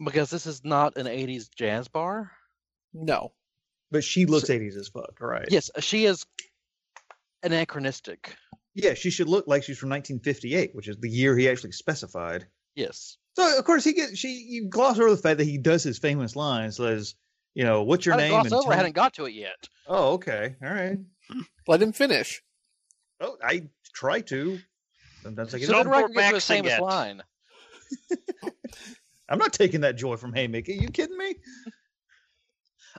B: because this is not an 80s jazz bar.
A: No.
C: But she looks 80s as fuck, right?
B: Yes, she is anachronistic.
C: Yeah, she should look like she's from 1958, which is the year he actually specified.
B: Yes.
C: So of course he gets she you gloss over the fact that he does his famous line says, you know, what's your
B: I didn't
C: name?
B: gloss over, I
C: tell-
B: hadn't got to it yet.
C: Oh, okay. All right.
A: Let him finish.
C: Oh, I try to. Sometimes I get
B: So
C: it.
B: then
G: don't
B: Riker gets
G: go
B: to
G: back
B: his famous
G: yet.
B: line.
C: I'm not taking that joy from Hey Mickey. You kidding me?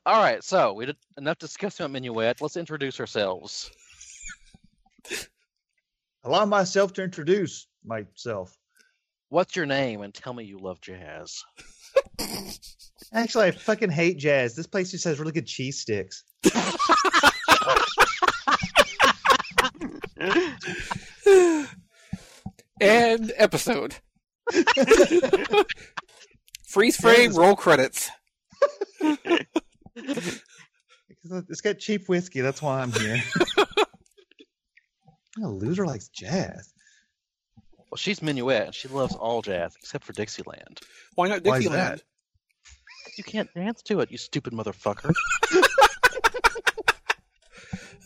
B: All right, so we did enough discussing about Minuet. Let's introduce ourselves.
C: Allow myself to introduce myself.
B: What's your name? And tell me you love jazz.
C: Actually, I fucking hate jazz. This place just has really good cheese sticks.
A: And episode. Freeze frame, roll credits.
C: It's got cheap whiskey. That's why I'm here. a loser likes jazz.
B: Well, she's Minuet, and she loves all jazz except for Dixieland.
A: Why not
C: Why is
A: Dixieland?
C: that?
B: You can't dance to it, you stupid motherfucker.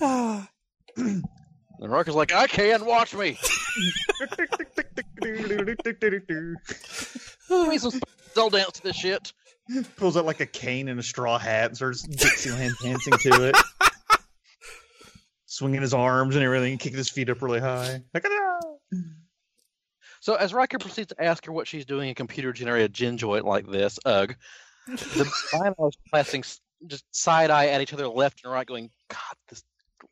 A: Ah,
B: And Riker's like, I can, watch me. Give me some sp- I'll dance to this shit.
C: pulls out like a cane and a straw hat and starts Dixieland dancing to it, swinging his arms and everything, kicking his feet up really high. Like, "Ah!"
B: So as Riker proceeds to ask her what she's doing in computer-generated gin joint like this, ugh, the binos passing s- just side eye at each other left and right, going, "God, this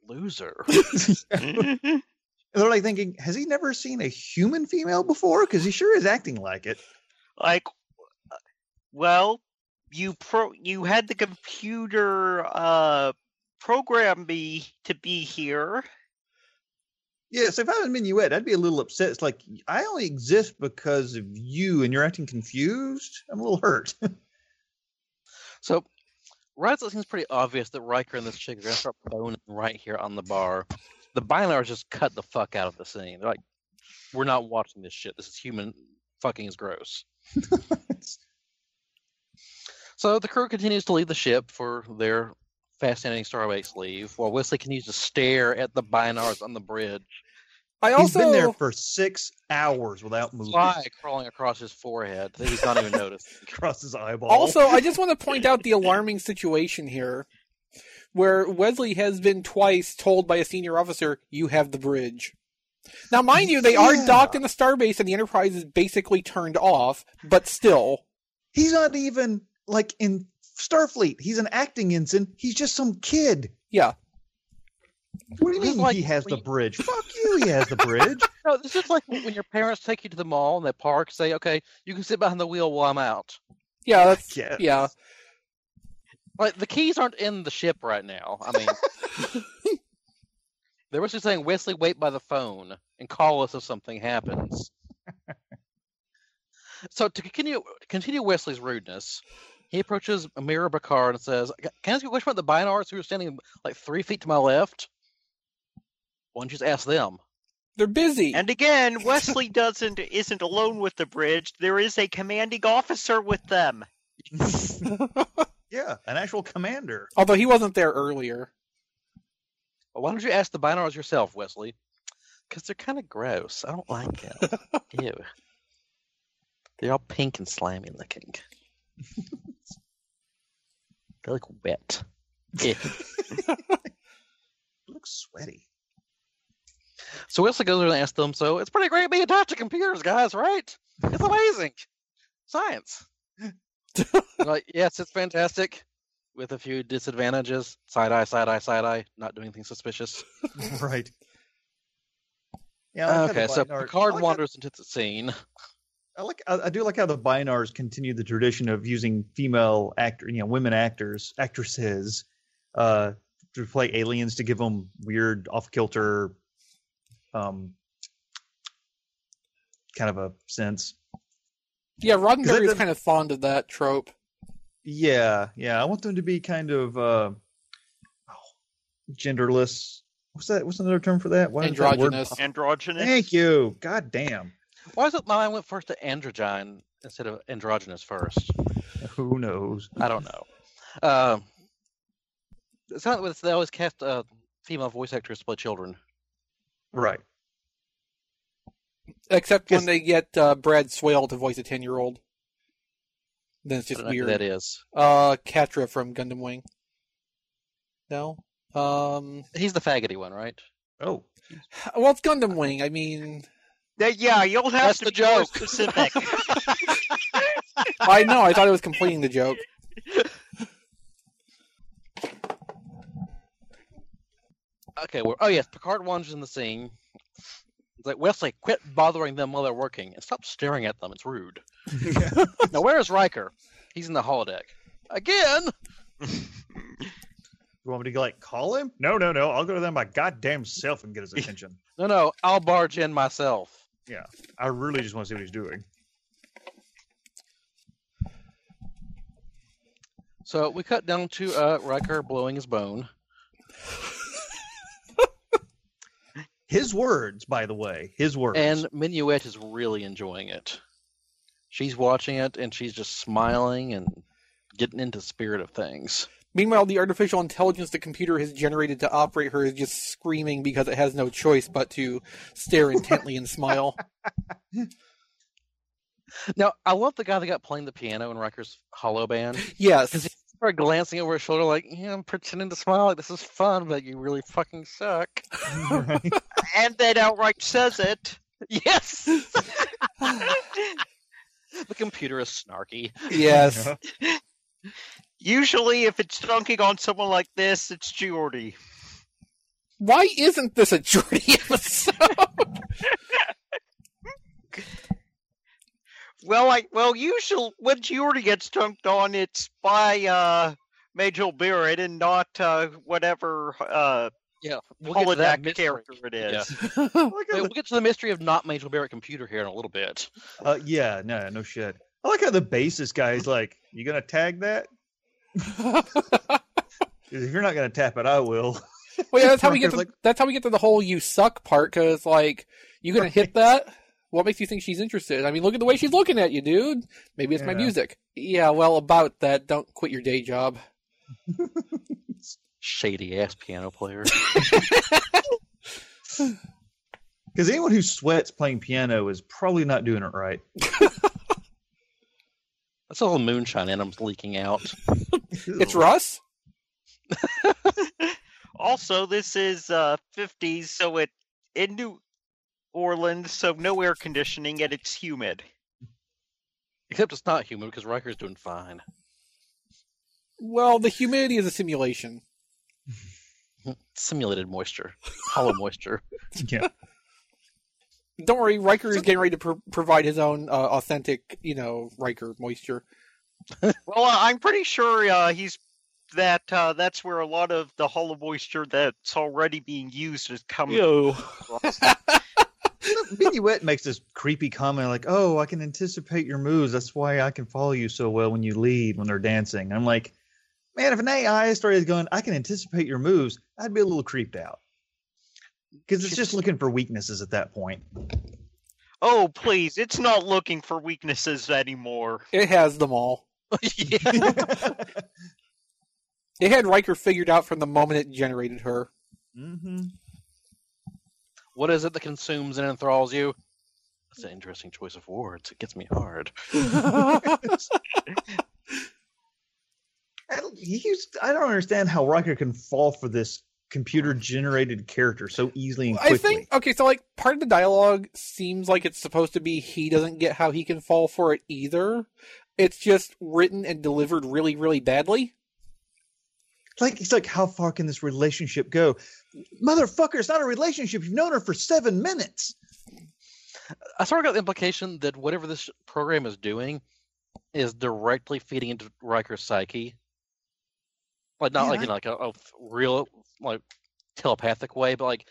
B: loser.
G: I
C: And they're like thinking, has he never seen a human female before? Because he sure is acting like it.
G: like uh, well you pro you had the computer uh program me to be here
C: Yeah, so if I was Minuet, I'd be a little upset. It's like I only exist because of you, and you're acting confused. I'm a little hurt.
B: So, right, as it seems pretty obvious that Riker and this chick are gonna start boning right here on the bar. The Binars just cut the fuck out of the scene. They're like, we're not watching this shit. This is human fucking is gross. So the crew continues to leave the ship for their fascinating Starbase leave, while Wesley continues to stare at the Binars on the bridge,
A: I
C: He's
A: also
C: been there for six hours without moving.
B: fly crawling across his forehead that he's not even noticed.
C: Across his eyeball.
A: also I just want to point out the alarming situation here, where Wesley has been twice told by a senior officer, "You have the bridge." Now, mind you, they are
C: Yeah.
A: docked in the starbase, and the Enterprise is basically turned off. But still,
C: he's not even like in Starfleet. He's an acting ensign. He's just some kid.
A: Yeah.
C: What do you
B: This is
C: mean
B: like
C: he has the
B: when you-
C: bridge? Fuck you, he has the bridge.
B: No, this is like when your parents take you to the mall and the park, say, okay, you can sit behind the wheel while I'm out.
A: yeah, that's
C: Yeah.
A: yeah.
B: Like, the keys aren't in the ship right now. I mean, they were just saying, Wesley, wait by the phone and call us if something happens. so, to continue, continue Wesley's rudeness, he approaches Amira Bakar and says, "Ca- Can I ask you a question about the Binars who are standing like three feet to my left? Why don't you just ask them?
A: They're busy.
G: and again wesley doesn't isn't alone with the bridge there is a commanding officer with them
C: yeah, an actual commander.
A: Although he wasn't there earlier.
B: Well, why don't you ask the binars yourself, Wesley? Because they're kind of gross. I don't like them. Ew. They're all pink and slimy looking. they look wet. Ew.
C: Looks sweaty.
B: so Wesley goes over and asks them, so it's pretty great being attached to computers, guys, right? It's amazing. Science. They're like, yes, it's fantastic. With a few disadvantages. Side eye, side eye, side eye, not doing anything suspicious.
C: right. Yeah. I like how the
B: okay, so
C: Bynars-
B: Picard
C: I like how-
B: wanders into the scene.
C: I like. I, I do like how the Binars continue the tradition of using female actor, you know, women actors, actresses, uh, to play aliens to give them weird off kilter, um, kind of a sense.
A: Yeah,
C: Because
A: Roddenberry
C: that-
A: was kind of fond of that trope.
C: Yeah, yeah. I want them to be kind of uh, genderless. What's that? What's another term for that? Why is that word-
A: Androgynous.
G: androgynous
C: Thank you. God damn.
B: Why is it my mind went first to androgyne instead of androgynous first?
C: Who knows?
B: I don't know. Um, it's not that they always cast uh, female voice actors to play children.
C: Right.
A: Except when
C: Yes.
A: they get uh, Brad Swale to voice a 10 year old. Then it's
B: I
A: just
B: don't know who that
A: weird.
B: is.
A: Uh, Katra from Gundam Wing. No? Um,
B: He's the faggoty one, right?
C: Oh,
A: well, it's Gundam Wing. I mean,
G: That- yeah you'll have
B: That's
G: to
B: the
G: be more
B: joke.
G: specific
A: I know, I thought I was completing the joke.
B: Okay. Well, oh yes, Picard wanders in the scene. He's like Wesley, quit bothering them while they're working and stop staring at them. It's rude. now where is Riker? He's in the holodeck again.
C: You want me to like call him? No, no, no. I'll go to them my goddamn self and get his attention.
B: No, no, I'll barge in myself.
C: I really just want to see what he's doing.
B: So we cut down to uh, Riker blowing his bone.
C: His words, by the way, his words.
B: And Minuet is really enjoying it. She's watching it and she's just smiling and getting into the spirit of things.
A: Meanwhile, the artificial intelligence the computer has generated to operate her is just screaming because it has no choice but to stare intently and smile.
B: Now, I love the guy that got playing the piano in Riker's hollow band.
A: Yes.
B: Started glancing over his shoulder like, yeah, I'm pretending to smile like this is fun, but you really fucking suck.
G: and then outright says it
B: Yes! the computer is snarky.
A: Yes.
G: usually if it's dunking on someone like this it's Geordi.
A: Why isn't this a Jordy episode?
G: Well, I well usually when Jordy gets dunked on, it's by uh, Major Barrett and not uh, whatever uh,
B: Yeah, we'll get to that
G: holodeck
B: mystery.
G: character it is.
B: Yeah.
C: Like,
B: We'll get to the mystery of not Major Barrett computer here in a little bit.
C: uh, yeah, no, no shit. I like how the basis guy is like, "You gonna tag that? If you're not gonna tap it, I will."
A: Well, yeah, that's how we get to
C: Like-
A: that's how we get to the whole "you suck" part because like you gonna hit that. What makes you think she's interested? I mean, look at the way she's looking at you, dude. Maybe it's my
C: Yeah.
A: music. Yeah, well, about that. Don't quit your day job.
B: Shady ass piano player.
C: Because anyone who sweats playing piano is probably not doing it right.
B: That's all moonshine atoms leaking out.
A: It's Russ.
G: Also, this is uh, 50s, so it in New Orleans, so no air conditioning, and it's humid.
B: Except it's not human because Riker's doing fine.
A: Well, the humidity is a simulation.
B: Simulated moisture, hollow moisture.
C: Yeah.
A: Don't worry, Riker is getting ready to pro- provide his own uh, authentic, you know, Riker moisture.
G: Well, uh, I'm pretty sure uh, he's that uh, that's where a lot of the hollow moisture that's already being used is coming.
C: Minuet makes this creepy comment like, "Oh, I can anticipate your moves. That's why I can follow you so well when you lead when they're dancing." I'm like, man, if an AI started going, "I can anticipate your moves," I'd be a little creeped out because it's just looking for weaknesses at that point.
G: Oh, please! It's not looking for weaknesses anymore.
A: It has them all.
B: yeah.
A: Mm-hmm. It had Riker figured out from the moment it generated her.
C: mm-hmm.
B: What is it that consumes and enthralls you? That's an interesting choice of words. It gets me hard.
C: I don't, he used, I don't understand how Riker can fall for this computer-generated character so easily and quickly.
A: I think okay, so like part of the dialogue seems like it's supposed to be he doesn't get how he can fall for it either. It's just written and delivered really, really badly.
C: It's like it's like how far can this relationship go motherfucker it's not a relationship you've known her for seven minutes
B: I sort of got the implication that whatever this program is doing is directly feeding into Riker's psyche. Like not
C: Yeah,
B: like in like a, a f- real like telepathic way, but like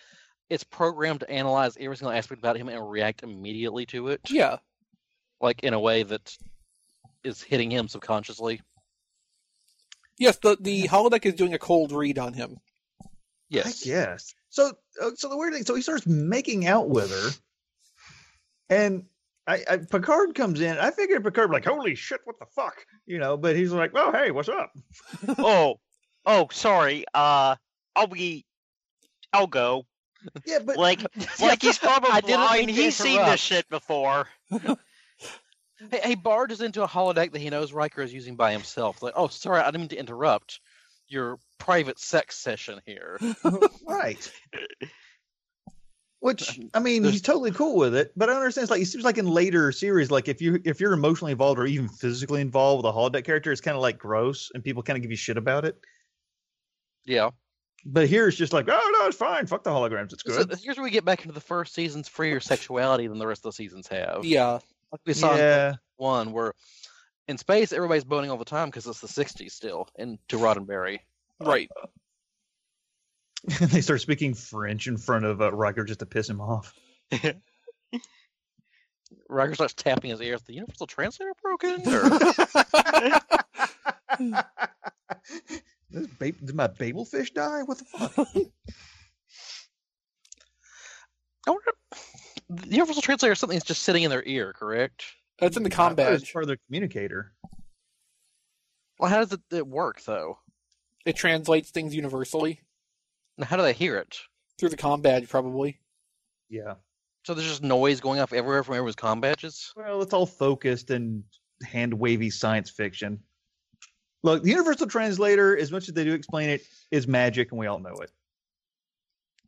B: it's programmed to analyze every single aspect about him and react immediately to it.
A: Yeah.
B: Like in a way that is hitting him subconsciously.
A: Yes, the the holodeck is doing a cold read on him.
B: Yes.
C: i guess so uh, so the weird thing so he starts making out with her and I, I picard comes in i figured picard would be like holy shit what the fuck you know but he's like oh hey what's up
G: oh, oh, sorry. Uh, I'll be. I'll go.
C: yeah but
G: Like, like he's probably
B: I didn't mean
G: blind.
B: to
G: He's seen
B: interrupt.
G: this shit before.
B: Hey, hey, Bard is into a holodeck that he knows Riker is using by himself. Like, oh, sorry, I didn't mean to interrupt your private sex session here.
C: right which i mean
B: There's-
C: he's totally cool with it but i understand it's like it seems like in later series like if you if you're emotionally involved or even physically involved with a holodeck character it's kind of like gross and people kind of give you shit about it
B: Yeah.
C: but here it's just like oh no it's fine fuck the holograms it's
B: So
C: good
B: here's where we get back into the first season's freer sexuality than the rest of the seasons have.
A: Yeah.
B: Like we saw in
C: yeah
B: one where in space everybody's boning all the time because it's the 60s still and to Roddenberry.
A: Right.
C: and they start speaking french in front of uh, Riker just to piss him off
B: Riker starts tapping his ear. Is the universal translator broken? Or...
C: This ba- did my babel fish die what the fuck
B: I wonder. The universal translator is something that's just sitting in their ear, correct?
A: That's in the
C: I thought it
A: combat.
C: was part of the communicator
B: Well, how does it, it work though?
A: It translates things universally
B: And how do they hear it?
A: through the com badge, probably.
C: yeah
B: So there's just noise going off everywhere from everyone's comm badges.
C: Well, it's all focused and hand wavy science fiction. Look, the Universal Translator, as much as they do explain it, is magic, and we all know it.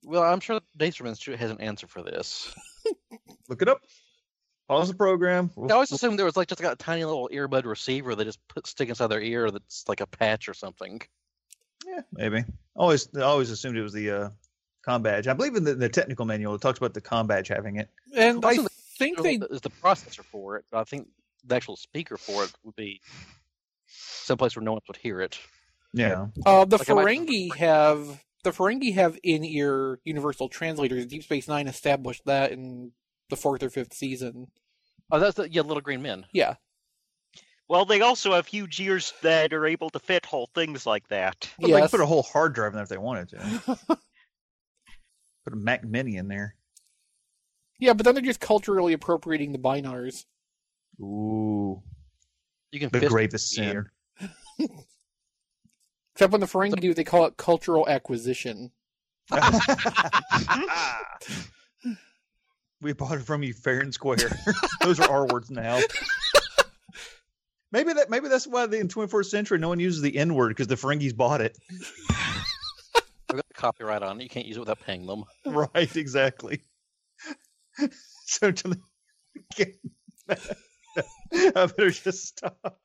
B: Well, I'm sure Daystrom Institute has an answer for this.
C: Look it up. Pause the program.
B: I always assumed there was like just like a tiny little earbud receiver they just put stick inside their ear that's like a patch or something.
C: Yeah, maybe. Always, I always assumed it was the uh, com badge. I believe in the, the technical manual it talks about the com badge having it.
A: And I
B: Also,
A: think
B: Well,
A: they
B: th- is the processor for it, but I think the actual speaker for it would be someplace where no one would hear it.
C: Yeah.
A: Uh, the
B: Like, am I-
A: Ferengi have the Ferengi have in-ear universal translators. Deep Space Nine established that in the fourth or fifth season.
B: Oh, that's the yeah, little green men.
A: Yeah,
G: Well, they also have huge ears that are able to fit whole things like that.
C: But They
A: yes.
C: could put a whole hard drive in there if they wanted to. put a Mac Mini in there.
A: yeah, but then they're just culturally appropriating the binars.
C: Ooh,
B: You can
C: the
B: fist
C: gravest
B: in the
C: sin.
B: ear.
A: Except when the Ferengi do, they call it cultural acquisition.
C: we bought it from you fair and square. Those are our words now. Maybe that maybe that's why the, in 24th century no one uses the N word because the Ferengis bought it.
B: I've got the copyright on it. You can't use it without paying them.
C: Right, exactly. so to the I better just stop.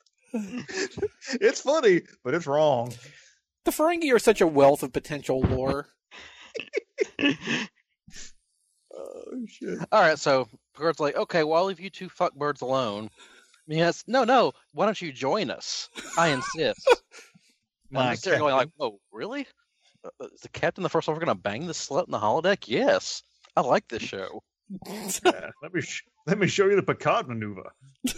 C: it's funny, but it's wrong.
A: The Ferengi are such a wealth of potential lore.
C: Oh shit.
B: All right, so Picard's like, okay, well, I'll leave you two fuckbirds alone. Yes, no, no. Why don't you join us? I insist. And I'm
C: My
B: just there going
C: God.
B: like, whoa, really? Uh, uh, Is the captain the first officer going to bang the slut in the holodeck? Yes, I like this show.
C: Yeah, let me sh- let me show you the Picard maneuver.
A: It's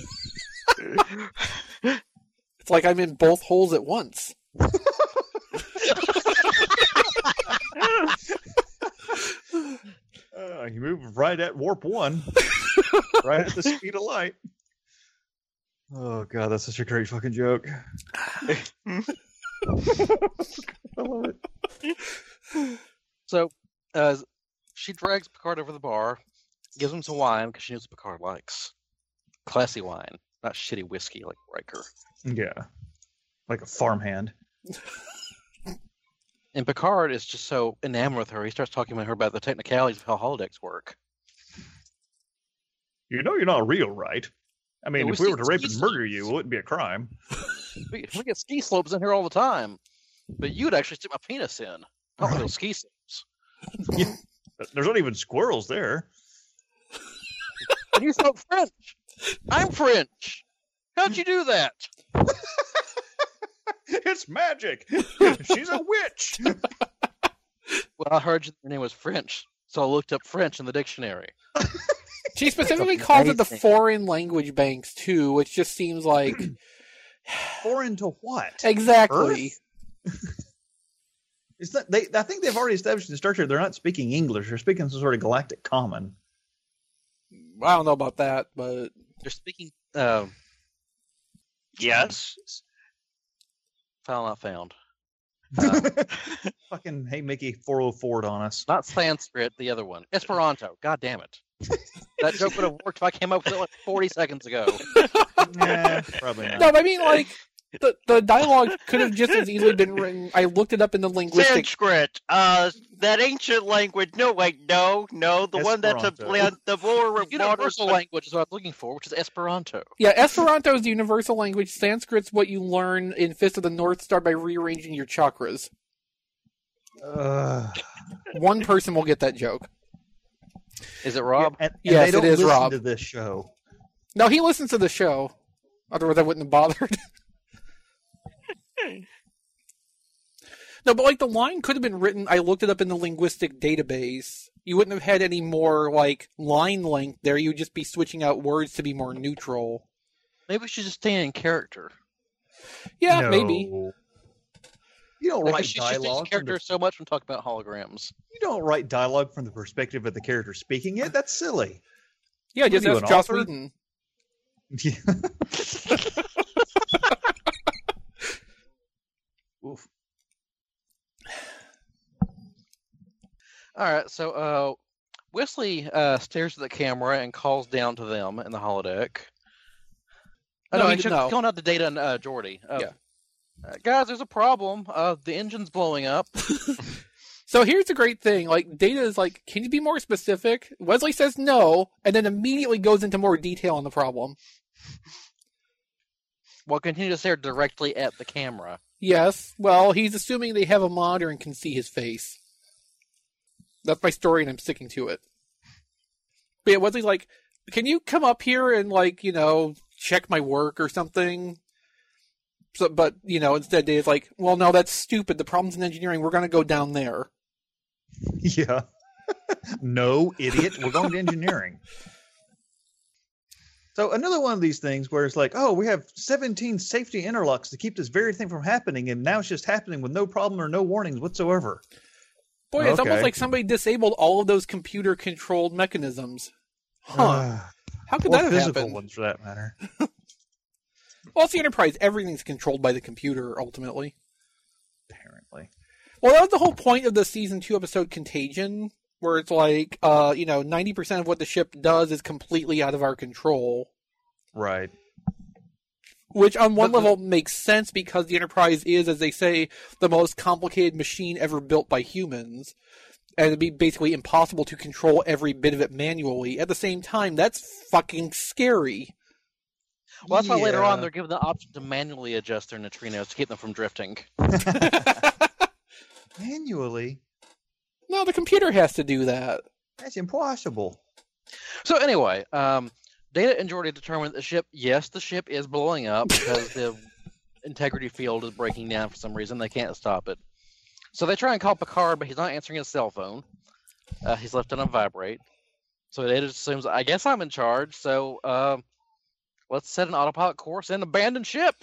A: like I'm in both holes at once.
C: Uh, you move right at warp one, right at the speed of light. Oh god, that's such a great fucking joke. I love it.
B: So uh, she drags Picard over to the bar, gives him some wine because she knows what Picard likes. Classy wine, not shitty whiskey like Riker.
C: Yeah, like a farmhand.
B: And Picard is just so enamored with her, he starts talking with her about the technicalities of how holodecks work.
C: You know you're not real, right? I mean,
B: Yeah,
C: if
B: we
C: we were to
B: see
C: rape and
B: these
C: murder
B: things.
C: you, it wouldn't be a crime.
B: We, we get ski slopes in here all the time, but you'd actually stick my penis in. I don't know those ski slopes.
C: There's not even squirrels there.
B: And you spoke French. I'm French. How'd you do that?
C: It's magic. She's a witch.
B: Well, I heard your name was French, so I looked up French in the dictionary.
A: She specifically calls it the
B: amazing.
A: foreign language banks too, which just seems like
C: Foreign to what?
A: exactly.
C: It's not, they, I think they've already established the structure. They're not speaking English. They're speaking some sort of galactic common.
A: I don't know about that, but
B: They're speaking. Uh,
G: Yes.
B: found not found. Uh,
C: Fucking hey Mickey 404 on us.
B: not Sanskrit. The other one, Esperanto. God damn it! That joke would have worked if I came up with it like 40 seconds ago.
C: Nah, probably not.
A: No, but I mean, like the the dialogue could have just as easily been written. I looked it up in the linguistic.
G: Sanskrit, uh, that ancient language. No, wait, no, no, the one that's a
C: Esperanto.
G: blend, the more
B: The
G: modern-
B: universal language is what I was looking for, which is Esperanto.
A: Yeah, Esperanto is the universal language. Sanskrit's what you learn in Fist of the North Star by rearranging your chakras.
C: Uh,
A: One person will get that joke.
B: Is it Rob?
C: and, and
A: Yes,
C: they
A: it
C: don't
A: is
C: listen
A: Rob.
C: to this show.
A: No, he listens to the show. Otherwise, I wouldn't have bothered. no, but like the line could have been written. I looked it up in the linguistic database. You wouldn't have had any more like line length there. You'd just be switching out words to be more neutral.
B: Maybe we should just stay in character.
A: Yeah,
C: No.
A: maybe.
C: You don't
B: Like,
C: write
B: she should stay in
C: dialogue. From
B: character
C: the,
B: so much when talking about holograms.
C: you don't write dialogue from the perspective of the character speaking it. That's silly.
A: Yeah, just
C: are you,
A: ask
C: an
A: Joss
C: author?
A: Whedon.
C: Oof.
B: All right, so uh, Wesley uh, stares at the camera and calls down to them in the holodeck. Oh,
A: No,
B: no,
A: he
B: he's
A: did- no.
B: calling out to Data and uh, Jordy. Uh,
A: Yeah.
B: uh, guys, there's a problem. Uh, the engine's blowing up.
A: So here's the great thing: like Data is like, can you be more specific? Wesley says no, and then immediately goes into more detail on the problem.
B: Well, continue to stare directly at the camera.
A: Yes, well, he's assuming they have a monitor and can see his face. That's my story, and I'm sticking to it. But yeah, Wesley's like, "Can you come up here and like you know check my work or something?" So, but you know, instead Dave's like, "Well, no, that's stupid. The problem's in engineering. We're gonna go down there."
C: Yeah. no, idiot. We're going to engineering. So another one of these things where it's like, oh, we have 17 safety interlocks to keep this very thing from happening, and now it's just happening with no problem or no warnings whatsoever.
A: Boy, it's almost
C: Okay.
A: like somebody disabled all of those computer-controlled mechanisms. Huh?
C: Ah,
A: How could
C: or
A: that have
C: physical
A: happened?
C: ones for that matter.
A: Well, it's the Enterprise. Everything's controlled by the computer ultimately.
C: Apparently.
A: Well, that was the whole point of the season two episode Contagion, where it's like, uh, you know, ninety percent of what the ship does is completely out of our control.
C: Right.
A: Which, on one
B: But the-
A: level, makes sense because the Enterprise is, as they say, the most complicated machine ever built by humans, and it'd be basically impossible to control every bit of it manually. At the same time, that's fucking scary.
B: Well, that's why later on
C: Yeah.
B: they're given the option to manually adjust their neutrinos to keep them from drifting.
C: Manually?
A: No, the computer has to do that.
C: That's impossible.
B: So anyway, um, Data and Jordy determined the ship. Yes, the ship is blowing up because the integrity field is breaking down for some reason. They can't stop it. So they try and call Picard, but he's not answering his cell phone. Uh, he's left it on vibrate. So Data assumes, I guess I'm in charge. So uh, let's set an autopilot course and abandon ship.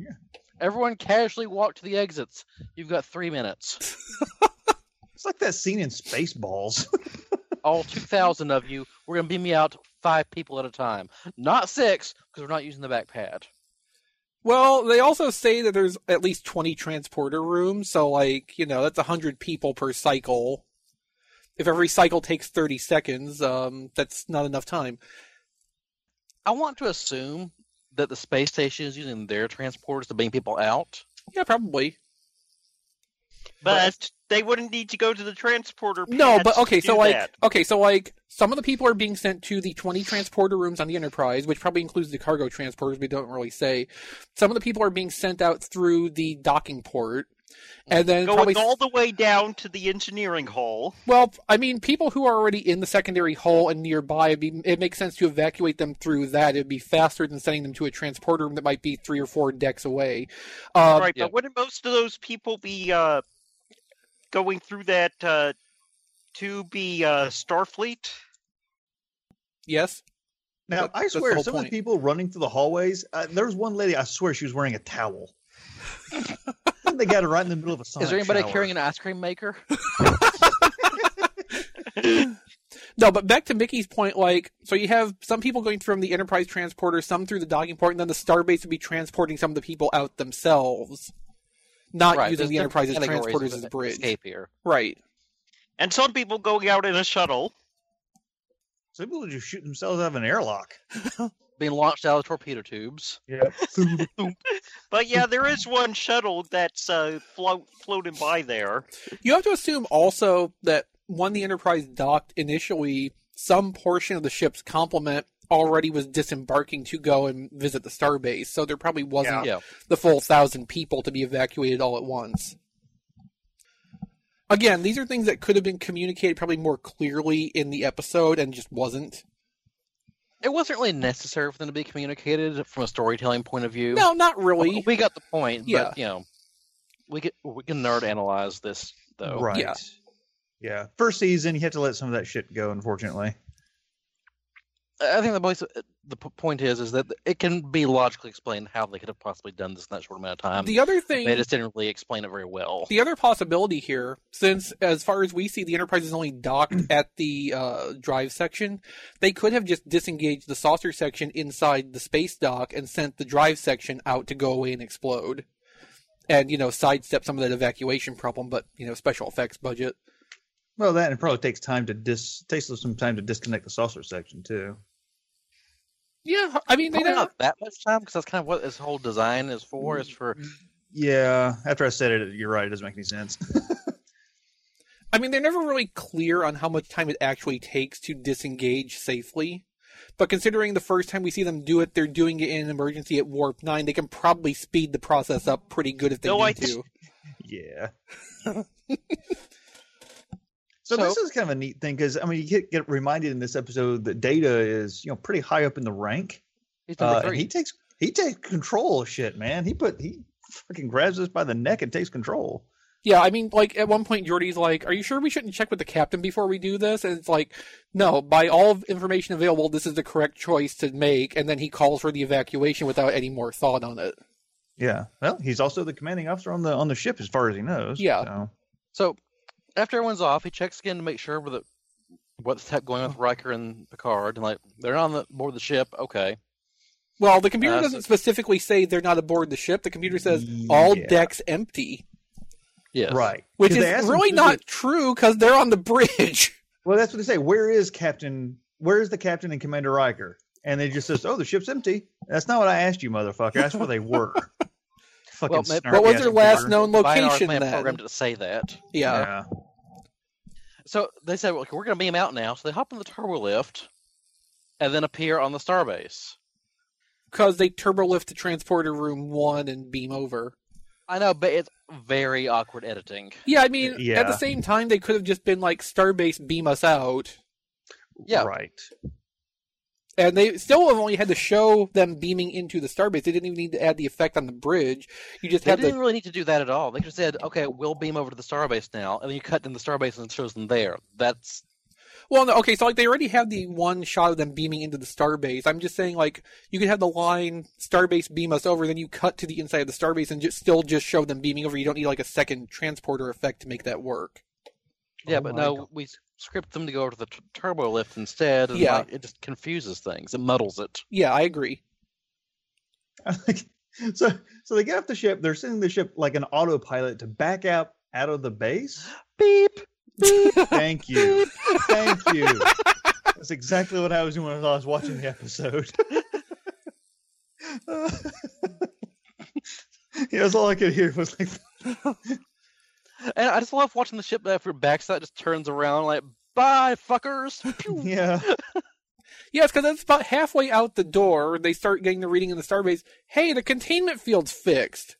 C: Yeah.
B: Everyone casually walk to the exits. You've got three minutes.
C: It's like that scene in Spaceballs.
B: All 2,000 of you, we're going to beam you out five people at a time. Not six, because we're not using the back pad.
A: Well, they also say that there's at least 20 transporter rooms, so like, you know, that's 100 people per cycle. If every cycle takes 30 seconds, um, that's not enough time.
B: I want to assume that the space station is using their transporters to beam people out.
A: Yeah, probably.
G: But they wouldn't need to go to the transporter.
A: No,
G: pads
A: but
G: to
A: okay, so
G: do
A: like,
G: that.
A: okay, so like, some of the people are being sent to the 20 transporter rooms on the Enterprise, which probably includes the cargo transporters, we don't really say. Some of the people are being sent out through the docking port. And then
G: going
A: probably
G: all the way down to the engineering hall.
A: Well, I mean, people who are already in the secondary hull and nearby, it'd be, it makes sense to evacuate them through that. It'd be faster than sending them to a transporter room that might be three or four decks away. Um,
G: right,
B: yeah.
G: but wouldn't most of those people be uh, going through that uh, to be uh, Starfleet?
A: Yes.
C: Now,
A: That-
C: I
A: that's the
C: swear,
A: whole
C: some of
A: point.
C: the people running through the hallways, uh, there was one lady, I swear she was wearing a towel. they got her right in the middle of a sonic
B: is there anybody
C: shower.
B: carrying an ice cream maker?
A: No, but back to Mickey's point, like, so you have some people going from the Enterprise transporter, some through the docking port, and then the Starbase would be transporting some of the people out themselves, not using
B: there's
A: the
B: different
A: Enterprise's
B: categories
A: transporters
B: of
A: as a bridge.
B: Escape here.
A: Right.
G: And some people going out in a shuttle.
C: Some people just shoot themselves out of an airlock.
B: Being launched out of torpedo tubes.
C: Yeah.
G: But yeah, there is one shuttle that's uh, float, floating by there.
A: You have to assume also that when the Enterprise docked initially, some portion of the ship's complement already was disembarking to go and visit the starbase, so there probably wasn't
B: Yeah.
A: the full thousand people to be evacuated all at once. Again, these are things that could have been communicated probably more clearly in the episode and just wasn't.
B: It wasn't really necessary for them to be communicated from a storytelling point of view.
A: No, not
B: we,
A: really.
B: got the point,
A: Yeah.
B: but you know, we get we can nerd analyze this though.
C: Right.
A: Yeah.
C: Yeah. First season, you have to let some of that shit go, unfortunately.
B: I I think the voice, the p- point is is that it can be logically explained how they could have possibly done this in that short amount of time.
A: The other thing
B: they just didn't really explain it very well.
A: The other possibility here, since as far as we see, the Enterprise is only docked at the uh, drive section, they could have just disengaged the saucer section inside the space dock and sent the drive section out to go away and explode. And, you know, sidestep some of that evacuation problem, but, you know, special effects budget.
C: Well, that and it probably takes time to dis takes some time to disconnect the saucer section too.
A: Yeah, I mean, they
B: Probably
A: don't.
B: not that much time because that's kind of what this whole design is for. Is for
A: Mm-hmm.
C: Yeah. After I said it, you're right. It doesn't make any sense.
A: I mean, they're never really clear on how much time it actually takes to disengage safely. But considering the first time we see them do it, they're doing it in an emergency at warp nine. They can probably speed the process up pretty good if they
G: No,
A: need
G: I
A: to.
G: just-
C: yeah. So, this is kind of a neat thing because I mean you get, get reminded in this episode that Data is you know pretty high up in the rank.
B: he's number
C: Uh, and
B: three.
C: he takes he takes control of shit, man. He put he fucking grabs us by the neck and takes control.
A: Yeah, I mean, like at one point, Jordy's like, "Are you sure we shouldn't check with the captain before we do this?" And it's like, "No, by all information available, this is the correct choice to make." And then he calls for the evacuation without any more thought on it.
C: Yeah. Well, he's also the commanding officer on the on the ship, as far as he knows.
A: Yeah.
C: So,
B: So after everyone's off, he checks again to make sure that what's hap- going
A: Uh-huh.
B: on with Riker and Picard, and like they're not on the board the ship. Okay,
A: Well, the computer
B: Uh,
A: doesn't
B: so-
A: specifically say they're not aboard the ship. The computer says all
C: Yeah.
A: decks empty,
B: yes,
C: Right.
A: which
C: 'Cause they asked
A: is
C: him
A: really
C: who's
A: not
C: the-
A: true because they're on the bridge.
C: well, that's what they say. Where is Captain? Where is the captain and Commander Riker? And they just says, "Oh, the ship's empty." That's not what I asked you, motherfucker. That's where they were. Fucking
B: Well, ma-
C: snarky
A: What was
C: ass
A: their last
C: computer.
A: known
B: By an hour
A: location
B: plan
A: then?
B: programmed to say that.
A: Yeah.
C: Yeah.
B: So they said, well, okay, we're going to beam out now. So they hop in the turbo lift, and then appear on the starbase.
A: because they turbo lift to transporter room one and beam over.
B: I know, but it's very awkward editing.
A: Yeah, I mean,
C: Yeah.
A: at the same time, they could have just been like Starbase beam us out,
B: Yeah.
C: Right.
A: and they still have only had to show them beaming into the Starbase. They didn't even need to add the effect on the bridge. You just
B: They
A: had
B: didn't
A: the
B: really need to do that at all. They just said, "Okay, we'll beam over to the starbase now," and then you cut in the starbase and it shows them there. That's
A: well, no, okay, so like they already have the one shot of them beaming into the Starbase. I'm just saying, like you could have the line Starbase beam us over, then you cut to the inside of the Starbase and just still just show them beaming over. You don't need like a second transporter effect to make that work.
B: yeah,
C: Oh
B: but
C: my
B: no,
C: God.
B: we s- script them to go over to the t- turbo lift instead, and
A: Yeah.
B: like, it just confuses things. It muddles it.
A: Yeah, I agree.
C: so so they get off the ship. They're sending the ship like an autopilot to back out out of the base.
B: Beep.
C: Thank you. Thank you. That's exactly what I was doing when I was watching the episode. yeah, that's all I could hear was like,
B: And I just love watching the ship after it backs out, just turns around like, "Bye, fuckers." Pew.
C: yeah,
A: Yes, because it's about halfway out the door. They start getting the reading in the starbase. Hey, the containment field's fixed.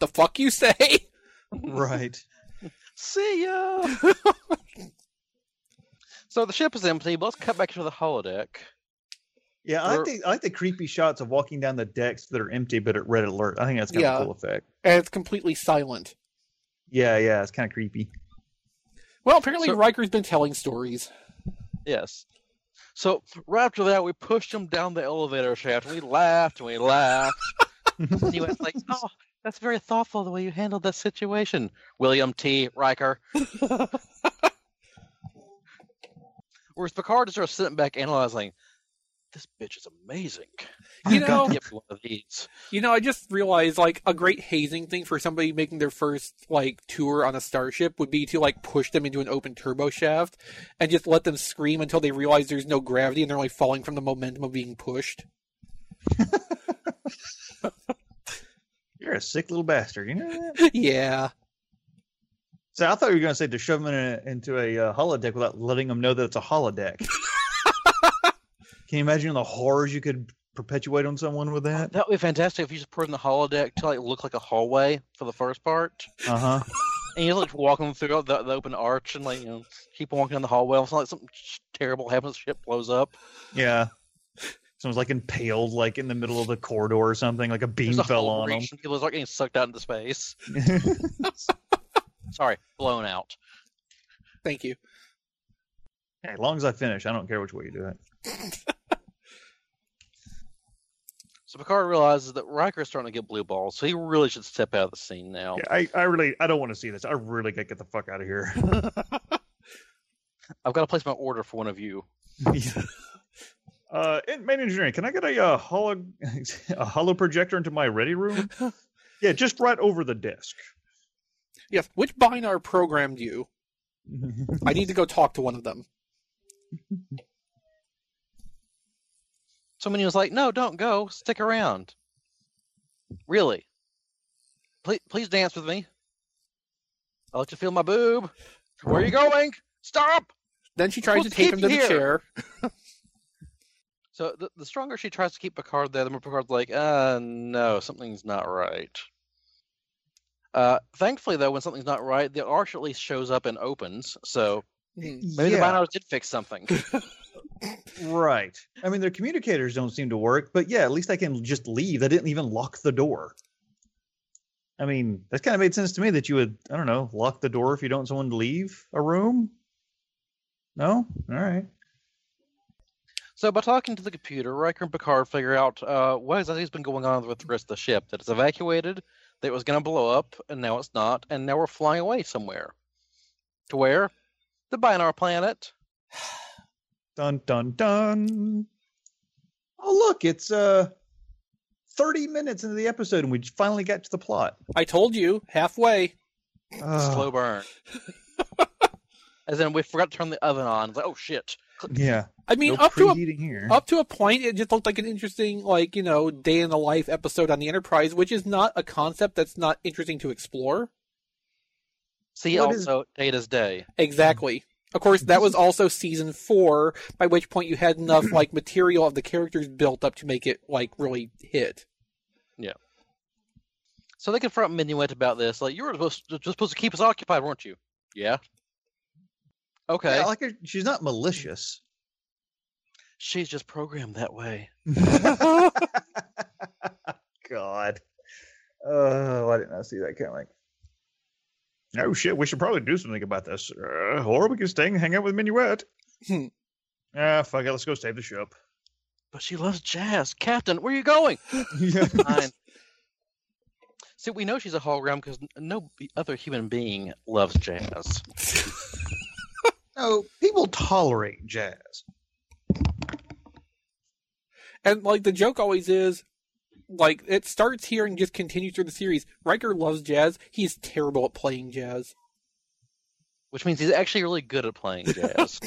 A: The fuck you say?
C: right.
B: See ya. so the ship is empty. But let's cut back to the holodeck.
C: Yeah, I
B: Or-
C: like, the, I like the creepy shots of walking down the decks that are empty but at red alert. I think that's kind of
A: Yeah.
C: a cool effect.
A: And it's completely silent.
C: Yeah, yeah, it's kind of creepy.
A: Well, apparently
B: So-
A: Riker's been telling stories.
B: Yes. So right after that, we pushed him down the elevator shaft. We laughed and we laughed. and he was like, "Oh, that's very thoughtful the way you handled that situation, William T. Riker." Whereas Picard is sort of sitting back analyzing, "This bitch is amazing."
A: You
C: Oh,
A: know,
C: God.
B: Give me one of these.
A: you know. I just realized like a great hazing thing for somebody making their first like tour on a starship would be to like push them into an open turbo shaft and just let them scream until they realize there's no gravity and they're only falling from the momentum of being pushed.
C: You're a sick little bastard. You know that?
A: yeah.
C: So I thought you were going to say to shove them in a, into a uh, holodeck without letting them know that it's a holodeck. Can you imagine the horrors you could perpetuate on someone with that?
B: That would be fantastic if you just put in the holodeck to like look like a hallway for the first part.
C: Uh huh.
B: And you like walk them through the, the open arch and like you know keep walking down the hallway. It's not like something sh- terrible happens. Ship blows up.
C: Yeah. Someone's like impaled, like in the middle of the corridor or something. Like a beam
B: There's a
C: fell
B: whole
C: on them.
B: region, People start getting sucked out into space. Sorry, blown out.
A: Thank you.
C: As long as I finish, I don't care which way you do it.
B: So Picard realizes that Riker's starting to get blue balls, so he really should step out of the scene now.
C: Yeah, I, I really, I don't want to see this. I really gotta get the fuck out of here.
B: I've got to place my order for one of you.
C: uh, in main engineering, can I get a uh, holo, a holo projector into my ready room? yeah, just right over the desk.
A: Yes. Which binar programmed you? I need to go talk to one of them.
B: Somebody was like, "No, don't go. Stick around." Really? Please, please dance with me. I'll let you feel my boob. Where are you going? Stop!
A: Then she tries
B: Well,
A: to take him
B: keep
A: to the
B: here.
A: chair.
B: So the, the stronger she tries to keep Picard there, the more Picard's like, uh, no, something's not right. Uh, thankfully, though, when something's not right, the arch at least shows up and opens. So
A: Hmm.
B: maybe the
C: Yeah.
B: binos did fix something.
C: Right. I mean, their communicators don't seem to work, but yeah, at least I can just leave. They didn't even lock the door. I mean, that kind of made sense to me that you would, I don't know, lock the door if you don't want someone to leave a room. No? All right.
B: So by talking to the computer, Riker and Picard figure out uh, what exactly has been going on with the rest of the ship. That it's evacuated, that it was going to blow up, and now it's not, and now we're flying away somewhere. To where? The Binar planet.
C: Dun, dun, dun. Oh, look, it's uh 30 minutes into the episode and we finally got to the plot. Uh,
A: I told you, halfway.
C: Ugh.
B: Slow burn. As in, we forgot to turn the oven on. It's like, oh shit.
C: Yeah.
A: I mean,
C: no
A: up to a
C: preheating here.
A: up to a point, it just looked like an interesting, like you know, day in the life episode on the Enterprise, which is not a concept that's not interesting to explore.
B: See
C: What is-
B: also Data's Day.
A: Exactly. Of course, that was also season four, by which point you had enough like material of the characters built up to make it like really hit.
B: So they confront Minuet about this. Like, you were supposed to, just supposed to keep us occupied, weren't you? Yeah. Okay.
C: Yeah, like her- she's not malicious.
B: She's just programmed that way.
C: God. Oh, I did not see that coming. Oh shit! We should probably do something about this, uh, or we can stay and hang out with Minuet.
A: Hmm.
C: Ah, fuck it. Let's go save the ship.
B: But she loves jazz. Captain, where are you going?
C: Yeah.
B: Fine. See, we know she's a hologram because no b- other human being loves jazz.
C: no, people tolerate jazz.
A: And like the joke always is, like it starts here and just continues through the series. Riker loves jazz. He's terrible at playing jazz.
B: Which means he's actually really good at playing jazz.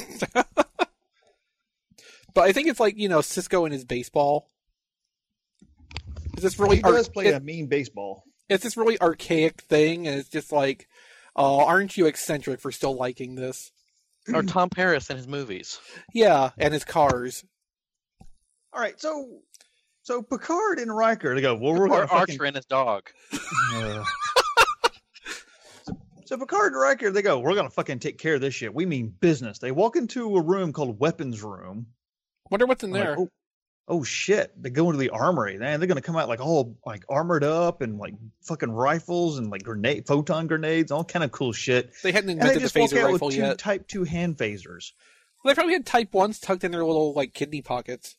A: But I think it's like you know Cisco and his baseball. It's this really
C: he does
A: arch-
C: play
A: it-
C: a mean baseball.
A: it's this really archaic thing, and it's just like, oh, aren't you eccentric for still liking this?
B: or Tom Paris in his movies.
A: Yeah, and his cars.
C: All right, so so Picard and Riker they go. Well, we're
B: Or
C: gonna fucking uh,
B: Archer and his dog.
C: So Picard and Riker, they go, we're gonna fucking take care of this shit. We mean business. They walk into a room called weapons room.
A: Wonder what's in
C: I'm like,
A: there.
C: oh, oh shit! They go into the armory. Man, they're gonna come out like all like armored up and like fucking rifles and like grenade photon grenades, all kind of cool shit.
A: They hadn't
C: And they
A: invented the
C: just walk
A: phaser
C: out with
A: rifle
C: two
A: yet.
C: Type two hand phasers.
A: Well, they probably had Type ones tucked in their little like kidney pockets.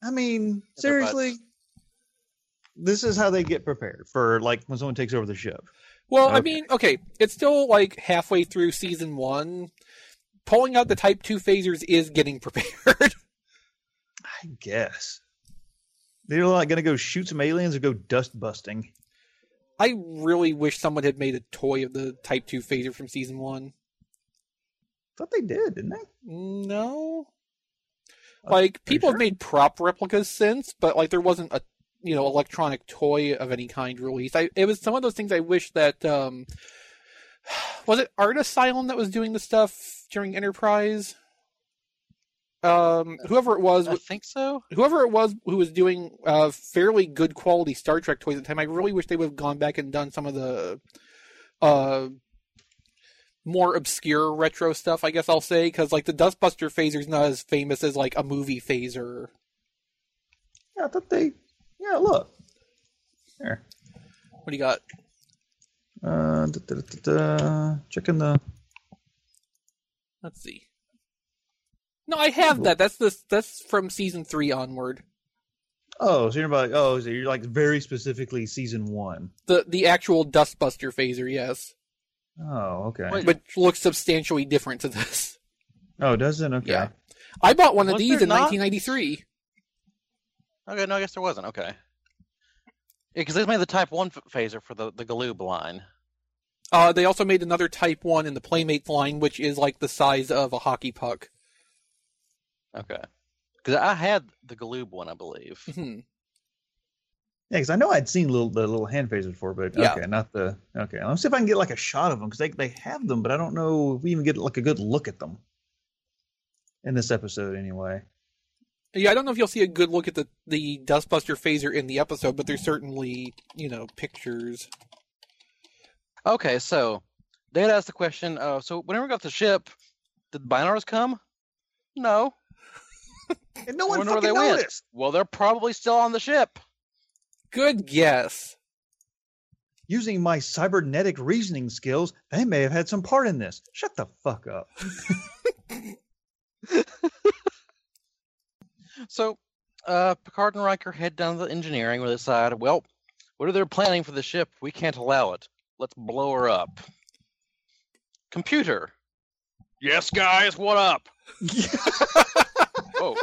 C: I mean,
B: their butts.
C: seriously, this is how they get prepared for like when someone takes over the ship.
A: Well, I
C: Okay.
A: mean, okay, it's still like halfway through season one. Pulling out the Type two phasers is getting prepared.
C: I guess they're like gonna go shoot some aliens or go dust busting.
A: I really wish someone had made a toy of the Type two phaser from season one.
C: Thought they did, didn't they?
A: No,
C: Uh,
A: like
C: are you
A: people
C: sure?
A: have made prop replicas since, but like there wasn't a you know electronic toy of any kind released. I it was some of those things I wish that um was it Art Asylum that was doing the stuff during Enterprise. Um, whoever it was,
B: I think so.
A: whoever it was who was doing uh, fairly good quality Star Trek toys at the time, I really wish they would have gone back and done some of the uh, more obscure retro stuff. I guess I'll say because like the Dustbuster phaser is not as famous as like a movie phaser.
C: Yeah, I thought they. Yeah, look. There.
A: What do you got?
C: Uh, da, da, da, da, da. Checking the.
A: Let's see. No, I have that. That's this. That's from season three onward.
C: Oh, so you're about. Oh, so you're like very specifically season one.
A: The the actual Dustbuster phaser, yes,
C: Oh, okay.
B: Wait.
A: which looks substantially different to this.
C: Oh, does it? Okay.
A: Yeah. I bought one of
B: Was
A: these
B: there
A: in
B: not?
A: 1993.
B: Okay, no, I guess there wasn't. Okay. Because they made the Type 1 f- phaser for the, the Galoob line.
A: Uh, they also made another Type 1 in the Playmates line, which is like the size of a hockey puck.
B: Okay. Because I had the Galoob one, I believe.
A: Mhm.
C: Yeah, because I know I'd seen little the little hand phasers before, but
A: Yeah.
C: okay, not the. Okay, let me see if I can get like a shot of them because they they have them, but I don't know if we even get like a good look at them. In this episode, anyway.
A: Yeah, I don't know if you'll see a good look at the, the Dustbuster phaser in the episode, but there's certainly, you know, pictures.
B: Okay, so Data asked the question. Uh, so whenever we got the ship, did the Binars come? No.
C: And no one
B: Wonder where
C: fucking
B: they went.
C: noticed.
B: Well, they're probably still on the ship.
A: Good guess.
C: Using my cybernetic reasoning skills, they may have had some part in this. Shut the fuck up.
B: So uh, Picard and Riker head down to the engineering where they decide, well, what are they planning for the ship? We can't allow it. Let's blow her up. Computer. Yes, guys, what up? Whoa.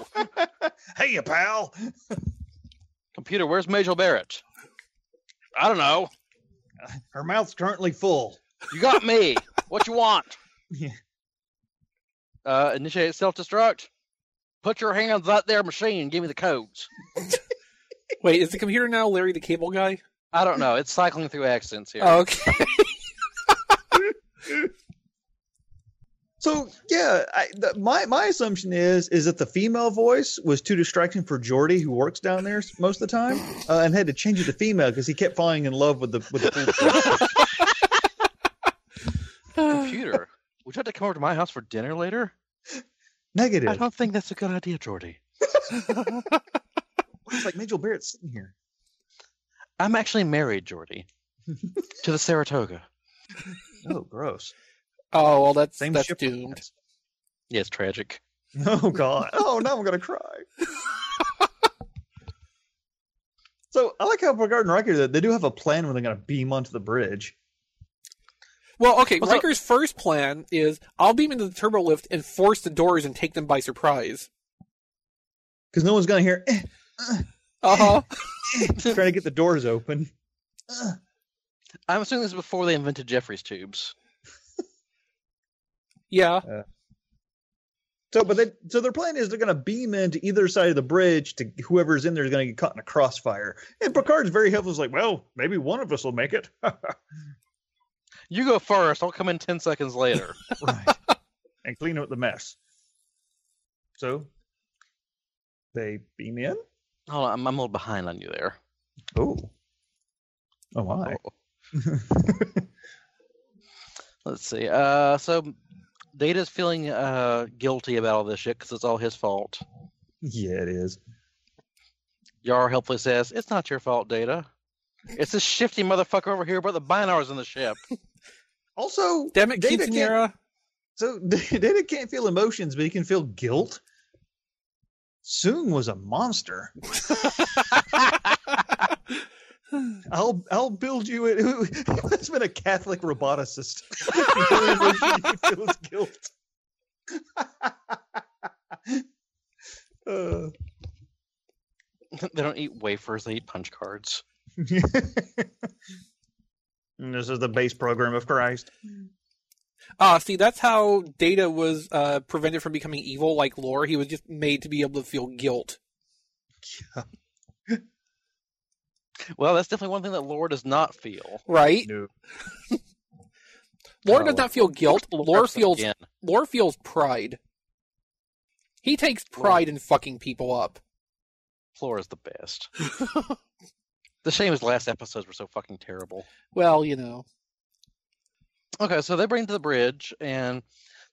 C: hey, you pal.
B: Computer, where's Major Barrett? I don't know.
C: Her mouth's currently full.
B: You got me. what you want?
C: Yeah.
B: Uh, initiate self-destruct. Put your hands out there, machine. and Give me the codes.
A: Wait, is the computer now Larry the Cable Guy?
B: I don't know. It's cycling through accents here.
A: Oh, okay.
C: So yeah, I, the, my my assumption is is that the female voice was too distracting for Jordy, who works down there s- most of the time, uh, and had to change it to female because he kept falling in love with the with the. full voice.
B: Computer, would you like to come over to my house for dinner later? I
C: Negative.
B: don't think that's a good idea, Jordy.
C: It's like Major Barrett sitting here.
B: I'm actually married, Jordy, to the Saratoga.
C: Oh, gross.
A: Oh well, that's
C: Same
A: that's
C: ship.
A: doomed.
B: Yes, tragic.
C: Oh God. Oh, now I'm gonna cry. so I like how Picard and Riker that they do have a plan when they're gonna beam onto the bridge.
A: Well, okay.
B: Well, so-
A: Riker's first plan is I'll beam into the turbo lift and force the doors and take them by surprise.
C: Because no one's gonna hear eh,
A: Uh huh.
C: trying to get the doors open.
B: I'm assuming this is before they invented Jeffrey's tubes.
A: yeah.
C: So, but they, so their plan is they're going to beam into either side of the bridge to whoever's in there is going to get caught in a crossfire. And Picard's very helpful. Is like, well, maybe one of us will make it.
B: You go first. I'll come in ten seconds later.
C: right. And clean up the mess. So they beam in.
B: Hold on, I'm, I'm a little behind on you there.
C: Oh. Oh, my.
B: Let's see. Uh, so Data's feeling uh, guilty about all this shit because it's all his fault.
C: yeah, it is.
B: Yar helpfully says, "It's not your fault, Data. It's this shifty motherfucker over here about the binars in the ship."
C: Also,
A: Damn it,
C: Data can't,
A: Quinceanera.
C: so Data can't feel emotions, but he can feel guilt. Soon was a monster. I'll I'll build you. A, it's been a Catholic roboticist. He feels guilt. Uh,
B: they don't eat wafers; they eat punch cards.
C: this is the base program of Christ.
A: Ah, see, that's how Data was uh, prevented from becoming evil, like Lore. He was just made to be able to feel guilt.
B: Well, that's definitely one thing that Lore does not feel.
A: Right?
C: No.
A: Lore does
B: Oh.
A: not feel guilt. Lore
B: Curse them
A: feels
B: again.
A: Lore feels pride. He takes pride in fucking people up.
B: Lore is the best. the shame his last episodes were so fucking terrible.
A: Well, you know.
B: Okay, so they bring to the bridge and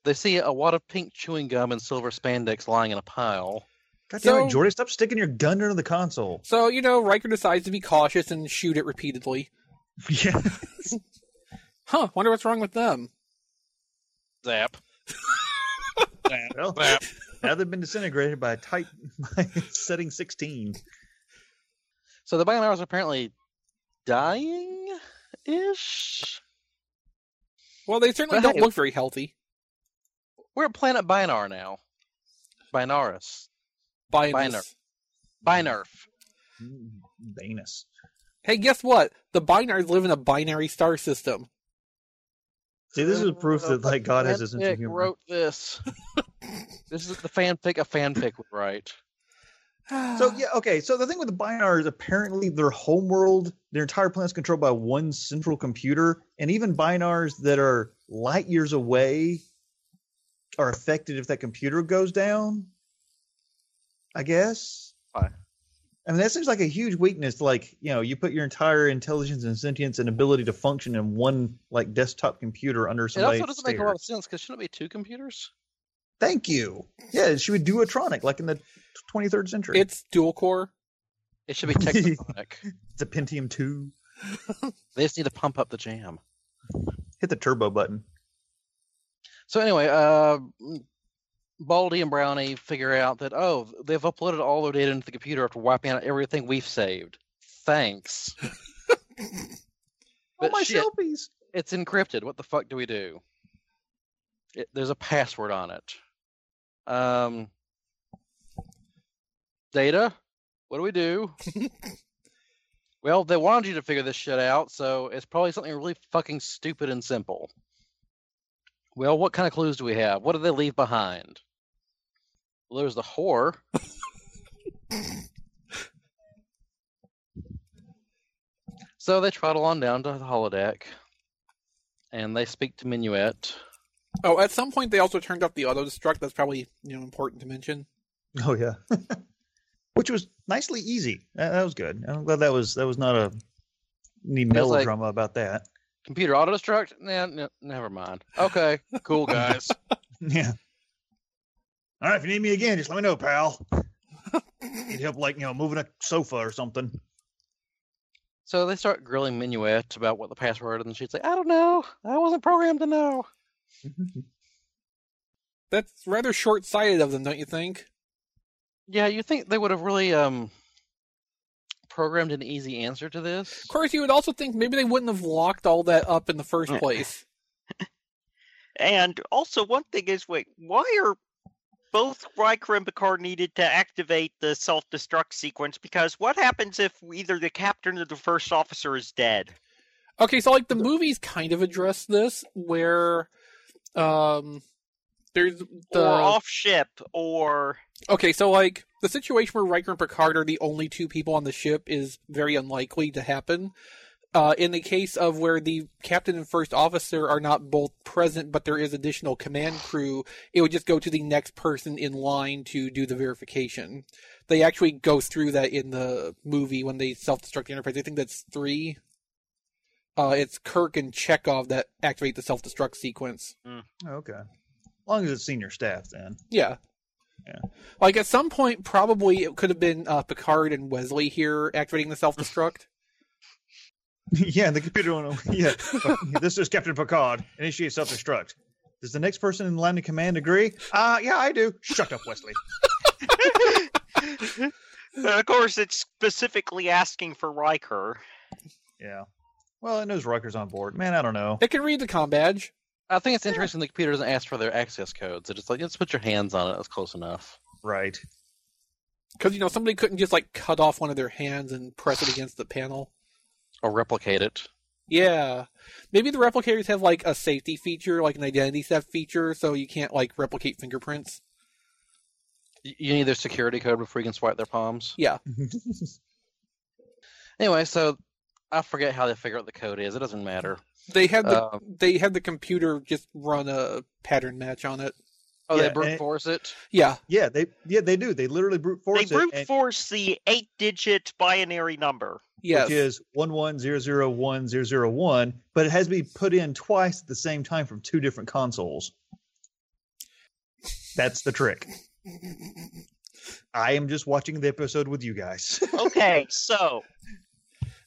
B: they see a wad of pink chewing gum and silver spandex lying in a pile.
C: God damn it,
A: So-
C: Jordy! Stop sticking your gun under the console.
A: So, you know, Riker decides to be cautious and shoot it repeatedly.
C: Yeah.
A: Huh, wonder what's wrong with them.
B: Zap.
C: Well, now they've been disintegrated by type by setting sixteen.
B: So the Balinars are apparently dying ish.
A: Well, they certainly
B: But
A: don't
B: hey-
A: look very healthy.
B: We're at planet Binar now. Binaris.
A: By
B: Binar.
A: this.
B: Binarf.
C: Venus.
A: Hey, guess what? The binars live in a binary star system.
C: See, this is proof that like God has a sense of
B: Fanfic
C: humor.
B: wrote this. this is the fanfic a fanfic would write. Uh.
C: So yeah, okay. So the thing with the Binar is apparently their homeworld, their entire planet's controlled by one central computer, and even Binars that are light years away are affected if that computer goes down. I guess.
B: Why?
C: I mean, that seems like a huge weakness. Like, you know, you put your entire intelligence and sentience and ability to function in one like desktop computer under
B: It
C: somebody's
B: also doesn't make a lot of sense because shouldn't it be two computers?
C: Thank you. Yeah, she would do Atronic like in the 23rd century.
A: It's dual core.
B: It should be technotronic.
C: it's a Pentium 2.
B: they just need to pump up the jam.
C: Hit the turbo button.
B: So anyway, uh, Baldy and Brownie figure out that oh, they've uploaded all their data into the computer after wiping out everything we've saved. Thanks.
C: All
B: But
C: my
B: shit.
C: selfies.
B: It's encrypted. What the fuck do we do? It, there's a password on it. Um, data. What do we do? well, they wanted you to figure this shit out, so it's probably something really fucking stupid and simple. Well, what kind of clues do we have? What did they leave behind? Well, there's the whore. so they trottle on down to the holodeck, and they speak to Minuet.
A: Oh, at some point they also turned off the auto destruct. That's probably you know important to mention.
C: Oh yeah. Which was nicely easy. That, that was good. I'm glad that was that was not a any
B: was like-
C: melodrama about that.
B: Computer auto destruct? Nah, n- never mind. Okay, cool guys.
C: Yeah. All right, if you need me again, just let me know, pal. Need help, like you know, moving a sofa or something.
B: so they start grilling Minuet about what the password, and she's like, "I don't know. I wasn't programmed to know." Mm-hmm.
A: That's rather short sighted of them, don't you think?
B: Yeah, you think they would have really um programmed an easy answer to this?
A: Of course, you would also think maybe they wouldn't have locked all that up in the first place.
G: And also, one thing is, wait, why are both Riker and Picard needed to activate the self-destruct sequence? Because what happens if either the captain or the first officer is dead?
A: Okay, so like the movies kind of address this, where um, there's the
G: or off ship, or
A: okay, so like the situation where Riker and Picard are the only two people on the ship is very unlikely to happen. Uh, in the case of where the captain and first officer are not both present, but there is additional command crew, it would just go to the next person in line to do the verification. They actually go through that in the movie when they self-destruct the Enterprise. I think that's three. Uh, it's Kirk and Chekhov that activate the self-destruct sequence.
C: Okay. As long as it's senior staff, then.
A: Yeah.
C: Yeah.
A: Like at some point, probably it could have been uh, Picard and Wesley here activating the self destruct.
C: yeah, the computer went. Yeah, this is Captain Picard. Initiate self-destruct. Does the next person in line of command agree? Uh yeah, I do. Shut up, Wesley.
G: and of course, it's specifically asking for Riker.
C: Yeah. Well, it knows Riker's on board. Man, I don't know.
A: it can read the com badge.
B: I think it's interesting the computer doesn't ask for their access codes. It's just like, let's put your hands on it. That's close enough.
C: Right.
A: Because, you know, somebody couldn't just, like, cut off one of their hands and press it against the panel.
B: Or replicate it.
A: Yeah. Maybe the replicators have, like, a safety feature, like an identity theft feature, so you can't, like, replicate fingerprints.
B: Y- You need their security code before you can swipe their palms.
A: Yeah.
B: Anyway, so I forget how they figure out the code is. It doesn't matter.
A: They had the
B: Um,
A: they had the computer just run a pattern match on it.
B: oh,
C: yeah,
B: they brute
C: and-
B: force it.
A: Yeah.
C: Yeah, they yeah they do. They literally brute force
G: they brute
C: it, and-
G: force the eight-digit binary number.
A: Yes.
C: which is one one zero zero one zero zero one, but it has to be put in twice at the same time from two different consoles. That's the trick. I am just watching the episode with you guys.
G: Okay, so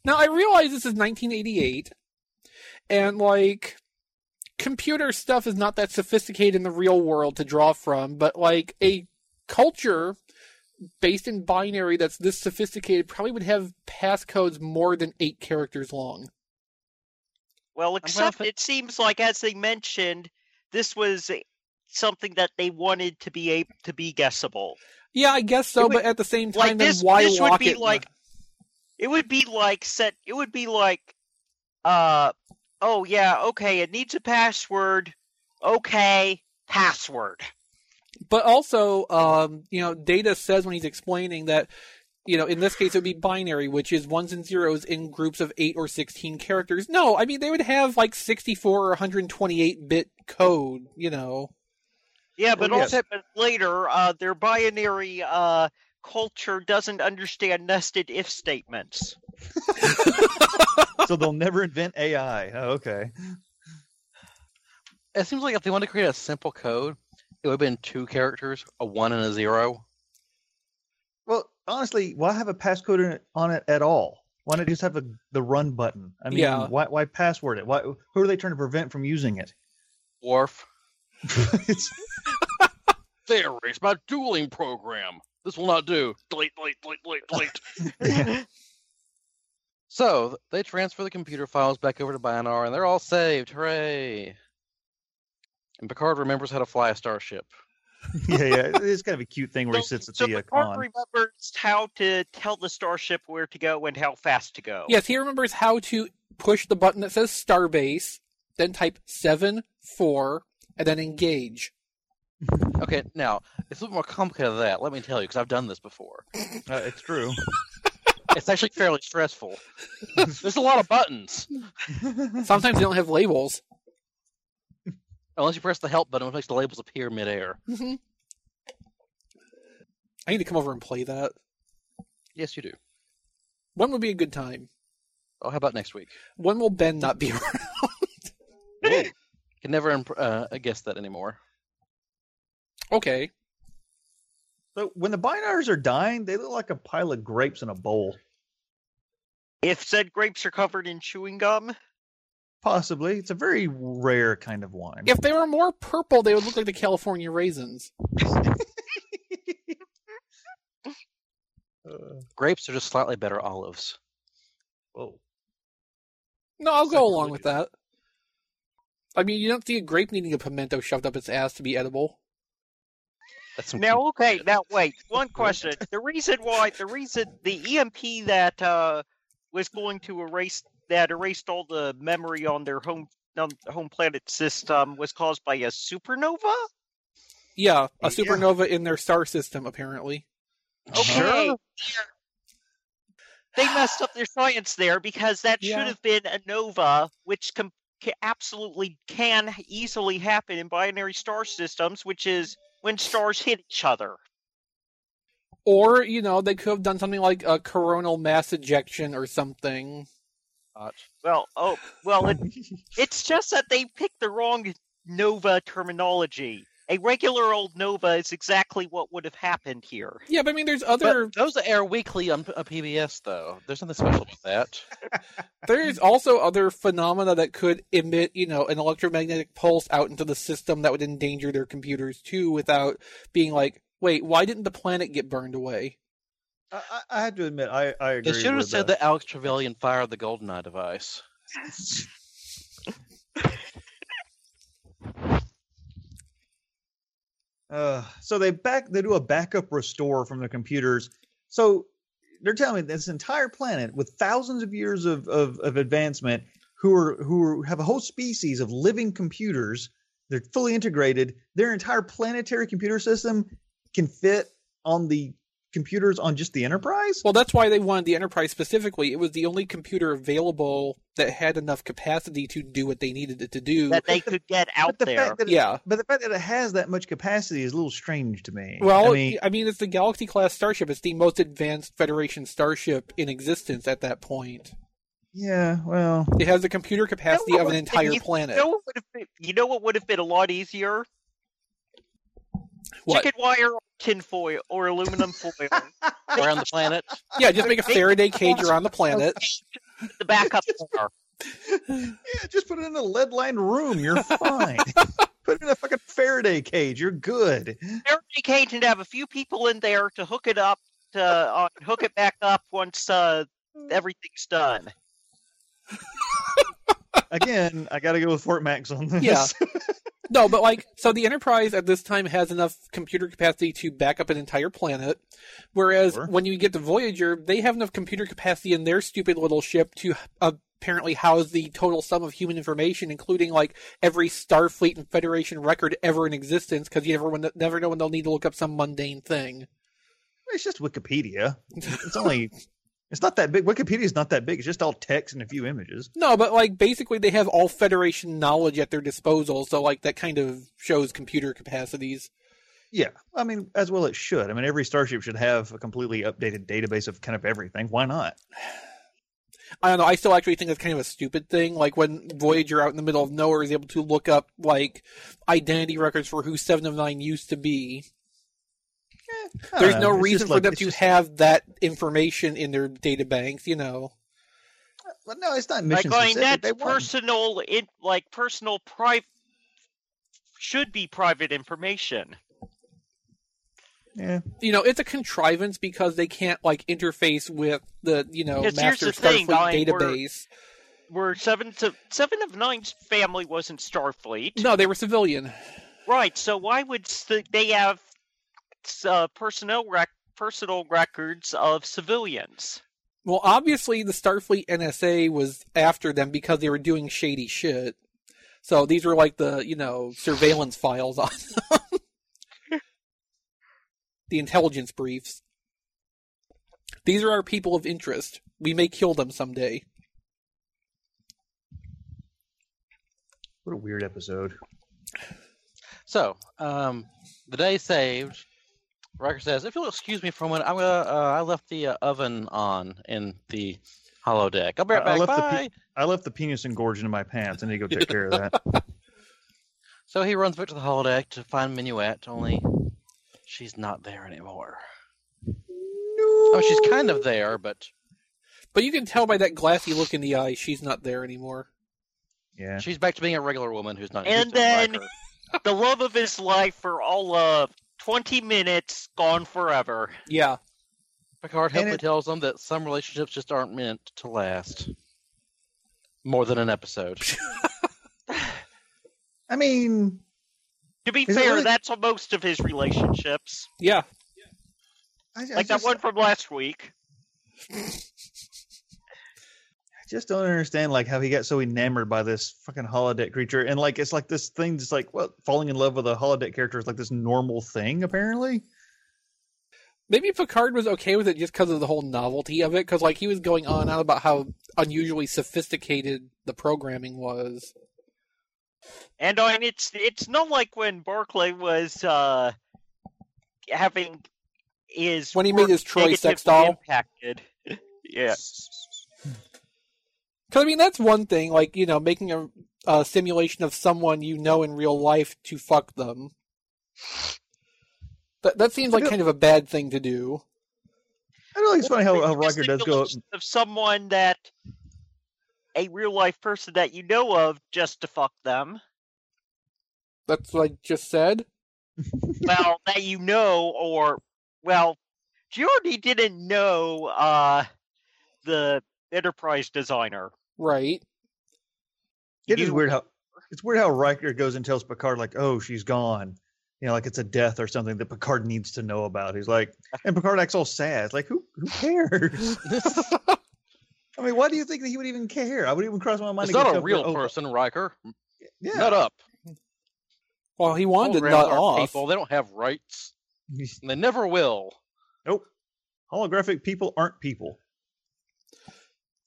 A: Now I realize this is 1988, and like computer stuff is not that sophisticated in the real world to draw from, but like a culture based in binary that's this sophisticated probably would have passcodes more than eight characters long.
G: well,
B: I'm gonna
G: except
B: fi-
G: it seems like, as they mentioned, this was a- something that they wanted to be able to be guessable.
A: Yeah, I guess so,
G: It would-
A: but at the same time,
G: like
A: then
G: this-
A: why
G: this would
A: lock
G: be
A: it?
G: like- It would be like set. It would be like, uh, oh yeah, okay. It needs a password. Okay, password.
A: But also, um, you know, Data says when he's explaining that, you know, in this case it would be binary, which is ones and zeros in groups of eight or sixteen characters. No, I mean they would have like sixty-four or one hundred and twenty-eight bit code. You know,
G: Yeah, but
A: Oh,
C: yeah.
G: also but later, uh, their binary uh, culture doesn't understand nested if statements.
C: so they'll never invent AI. Oh, okay.
B: It seems like if they wanted to create a simple code, it would have been two characters, a one and a zero.
C: Well, honestly, why have a passcode in it- on it at all? Why not just have a, the run button? I mean,
A: Yeah.
C: why why password it? Why who are they trying to prevent from using it?
B: Worf.
C: It's-
B: There is my dueling program. This will not do.
G: Delete, delete, delete, delete, delete.
B: So th- they transfer the computer files back over to Bionar, and they're all saved. Hooray! And Picard remembers how to fly a starship.
C: yeah, yeah. It's kind of a cute thing where he
G: So-
C: sits at
G: so
C: the uh,
G: Picard
C: con.
G: remembers how to tell the starship where to go and how fast to go.
A: Yes, he remembers how to push the button that says Starbase, then type 7, 4, and then engage.
B: Okay, now it's a little more complicated than that. Let me tell you, because I've done this before.
C: Uh, it's true.
B: It's actually fairly stressful. There's a lot of buttons.
A: Sometimes they don't have labels.
B: Unless you press the help button, which makes the labels appear midair.
A: Mhm. I need to come over and play that.
B: Yes, you do.
A: When would be a good time?
B: Oh, how about next week?
A: When will Ben not be around?
B: Can never imp- uh, guess that anymore.
A: Okay.
C: So when the binars are dying, they look like a pile of grapes in a bowl.
G: If said grapes are covered in chewing gum,
C: Possibly, it's a very rare kind of wine.
A: If they were more purple, they would look like the California raisins.
C: Uh,
B: Grapes are just slightly better olives.
C: whoa.
A: No, I'll go
C: Second
A: along with that. I mean, you don't see a grape needing a pimento shoved up its ass to be edible.
B: That's some
G: now okay, now wait. One question: the reason why, the reason the EMP that uh, was going to erase that erased all the memory on their home um, home planet system was caused by a supernova.
A: Yeah,
C: Yeah.
A: a supernova in their star system, apparently.
G: Okay. They messed up their science there because that
A: Yeah.
G: should have been a nova, which com- ca- absolutely can easily happen in binary star systems, which is when stars hit each other.
A: Or, you know, they could have done something like a coronal mass ejection or something.
B: hot.
G: Well, oh, well, it, it's just that they picked the wrong nova terminology. A regular old nova is exactly what would have happened here.
A: Yeah, but I mean, there's
B: But
A: other.
B: those that air weekly on, on PBS, though. There's nothing special about that.
A: There's also other phenomena that could emit, you know, an electromagnetic pulse out into the system that would endanger their computers too without being like, wait, why didn't the planet get burned away?
C: I, I, I had to admit, I, I agree.
B: They should have
C: with,
B: said
C: uh,
B: that Alex Trevelyan fired the GoldenEye device.
C: Uh, so they back they do a backup restore from their computers. So they're telling me this entire planet with thousands of years of, of, of advancement, who are who are, have a whole species of living computers. They're fully integrated. Their entire planetary computer system can fit on the computers on just the Enterprise.
A: Well, that's why they wanted the Enterprise specifically. It was the only computer available that had enough capacity to do what they needed it to do.
G: That they could get out
C: but the
G: there.
C: fact that it-
A: yeah.
C: but the fact that it has that much capacity is a little strange to me.
A: Well,
C: I mean,
A: it's the Galaxy class starship. It's the most advanced Federation starship in existence at that point.
C: yeah. Well,
A: It has the computer capacity
G: No,
A: of an
G: it-
A: entire
G: you
A: planet.
G: know what would have been, you know what would have been a lot easier?
A: What?
G: Chicken wire, or tin foil, or aluminum foil.
B: Around the planet.
A: Yeah, just make a Faraday cage around the planet.
G: the backup star.
C: Yeah, just put it in a lead lined room. You're fine. put it in a fucking Faraday cage. You're good.
G: Faraday cage and have a few people in there to hook it up to uh, hook it back up once uh, everything's done.
C: Again, I got to go with Fort Max on this.
A: Yeah. No, but like, so the Enterprise at this time has enough computer capacity to back up an entire planet, whereas
C: Sure.
A: when you get to Voyager, they have enough computer capacity in their stupid little ship to uh, apparently house the total sum of human information, including like every Starfleet and Federation record ever in existence, because you never when- never know when they'll need to look up some mundane thing.
C: it's just Wikipedia. It's only. It's not that big. Wikipedia's not that big. It's just all text and a few images.
A: No, but like basically they have all Federation knowledge at their disposal, so like that kind of shows computer capacities.
C: Yeah, I mean, as well it should. I mean, every starship should have a completely updated database of kind of everything. Why not?
A: I don't know. I still actually think that's kind of a stupid thing. Like when Voyager out in the middle of nowhere is able to look up like identity records for who Seven of Nine used to be.
C: I
A: There's
C: don't
A: no
C: know. Uh, It's
A: reason
C: just
A: for
C: like-
A: them
C: it's
A: to
C: just-
A: have that information in their data banks. You know,
C: Well, no, it's not
G: Like
C: mission
A: oh,
G: going,
C: specific.
G: that's
C: They want-
G: personal. It like personal private should be private information.
C: Yeah.
A: you know, it's a contrivance because they can't like interface with the you know
G: Yes, here's
A: master
G: the thing,
A: Starfleet
G: Ryan, we're-
A: database.
G: Where seven to seven of nine's family wasn't Starfleet,
A: No, they were civilian.
G: right? So why would s- they have s- uh, personnel rec- personal records of civilians?
A: Well, obviously the Starfleet NSA was after them because they were doing shady shit. So these were like the you know surveillance files on them. the intelligence briefs. These are our people of interest. We may kill them someday.
C: What a weird episode.
B: So, um, the day saved. Riker says, "If you'll excuse me for a minute, I'm gonna. Uh, I left the uh, oven on in the hollow deck. I'll be right
C: I- I
B: back.
C: left the
B: Bye."
C: pe- I left the penis engorged into my pants. I need to go take care of that.
B: so he runs back to the hollow deck to find Minuet. Only she's not there anymore. No. Oh, she's kind of there, but
A: But you can tell by that glassy look in the eye, she's not there anymore.
C: Yeah.
B: she's back to being a regular woman who's not.
G: And
B: used to
G: then-
B: Riker.
G: the love of his life for all of 20 minutes gone forever.
A: Yeah.
B: Picard
C: And
B: helpfully
C: it-
B: tells them that some relationships just aren't meant to last more than an episode.
C: I mean,
G: To be
C: Is it
G: fair,
C: really-
G: that's on most of his relationships.
A: Yeah.
C: I, I
G: Like
C: just,
G: that one from last week.
C: I just don't understand like how he got so enamored by this fucking holodeck creature, and like it's like this thing that's like what falling in love with a holodeck character is like this normal thing apparently.
A: Maybe Picard was okay with it just because of the whole novelty of it, because like he was going on and on about how unusually sophisticated the programming was.
G: And I mean, it's it's not like when Barclay was uh, having is
A: When he made his Troy sex doll.
G: impacted. yeah.
A: Because I mean, that's one thing. Like you know, making a, a simulation of someone you know in real life to fuck them. That that seems like kind of a bad thing to do.
C: I don't know. It's funny how, how
G: Just
C: Riker does go up.
G: simulation of someone that a real life person that you know of just to fuck them.
A: That's what I just said.
G: well, that you know, or well, Jordy didn't know uh, the Enterprise designer.
A: Right.
C: It is
G: You-
C: weird how it's weird how Riker goes and tells Picard like, "Oh, she's gone," you know, like it's a death or something that Picard needs to know about. He's like, and Picard acts all sad. It's Like, who who cares? I mean, why do you think that he would even care? I would even cross my mind.
B: it's
C: to
B: not
C: get
B: a
C: up
B: real
C: there, oh,
B: person, Riker.
C: Yeah,
B: Nut up.
A: Well, he wanted to
B: Holograms
A: nut
B: aren't
A: off.
B: People. They don't have rights. And they never will.
C: holographic people aren't people.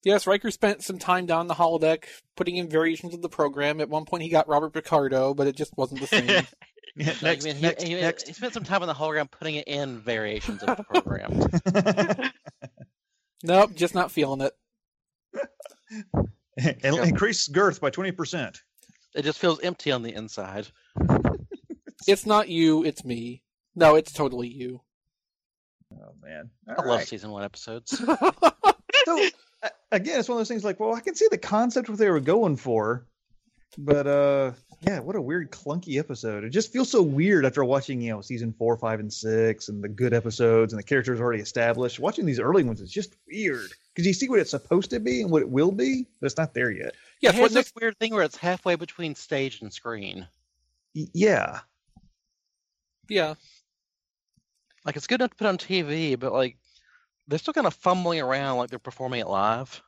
A: Yes, Riker spent some time down the holodeck putting in variations of the program. At one point, he got Robert Picardo, but it just wasn't the same.
C: next,
B: Like, I mean, he,
C: next,
B: he-
C: next.
B: he spent some time on the hologram putting it in variations of the program.
A: nope, just not feeling it.
C: and increase girth by twenty percent.
B: it just feels empty on the inside.
A: It's not you, it's me. No, it's totally you.
C: Oh man, All
B: I love
C: right.
B: season one episodes.
C: so a- again, it's one of those things like, well, I can see the concept what they were going for, but uh, yeah, what a weird clunky episode. It just feels so weird after watching you know season four, five, and six, and the good episodes and the characters already established. Watching these early ones is just weird because you see what it's supposed to be and what it will be, but it's not there yet.
B: it
A: Yes,
B: has
A: what
B: this
A: Nick,
B: weird thing where it's halfway between stage and screen.
C: Y- yeah,
A: yeah.
B: Like it's good enough to put on TV, but like they're still kind of fumbling around like they're performing it live.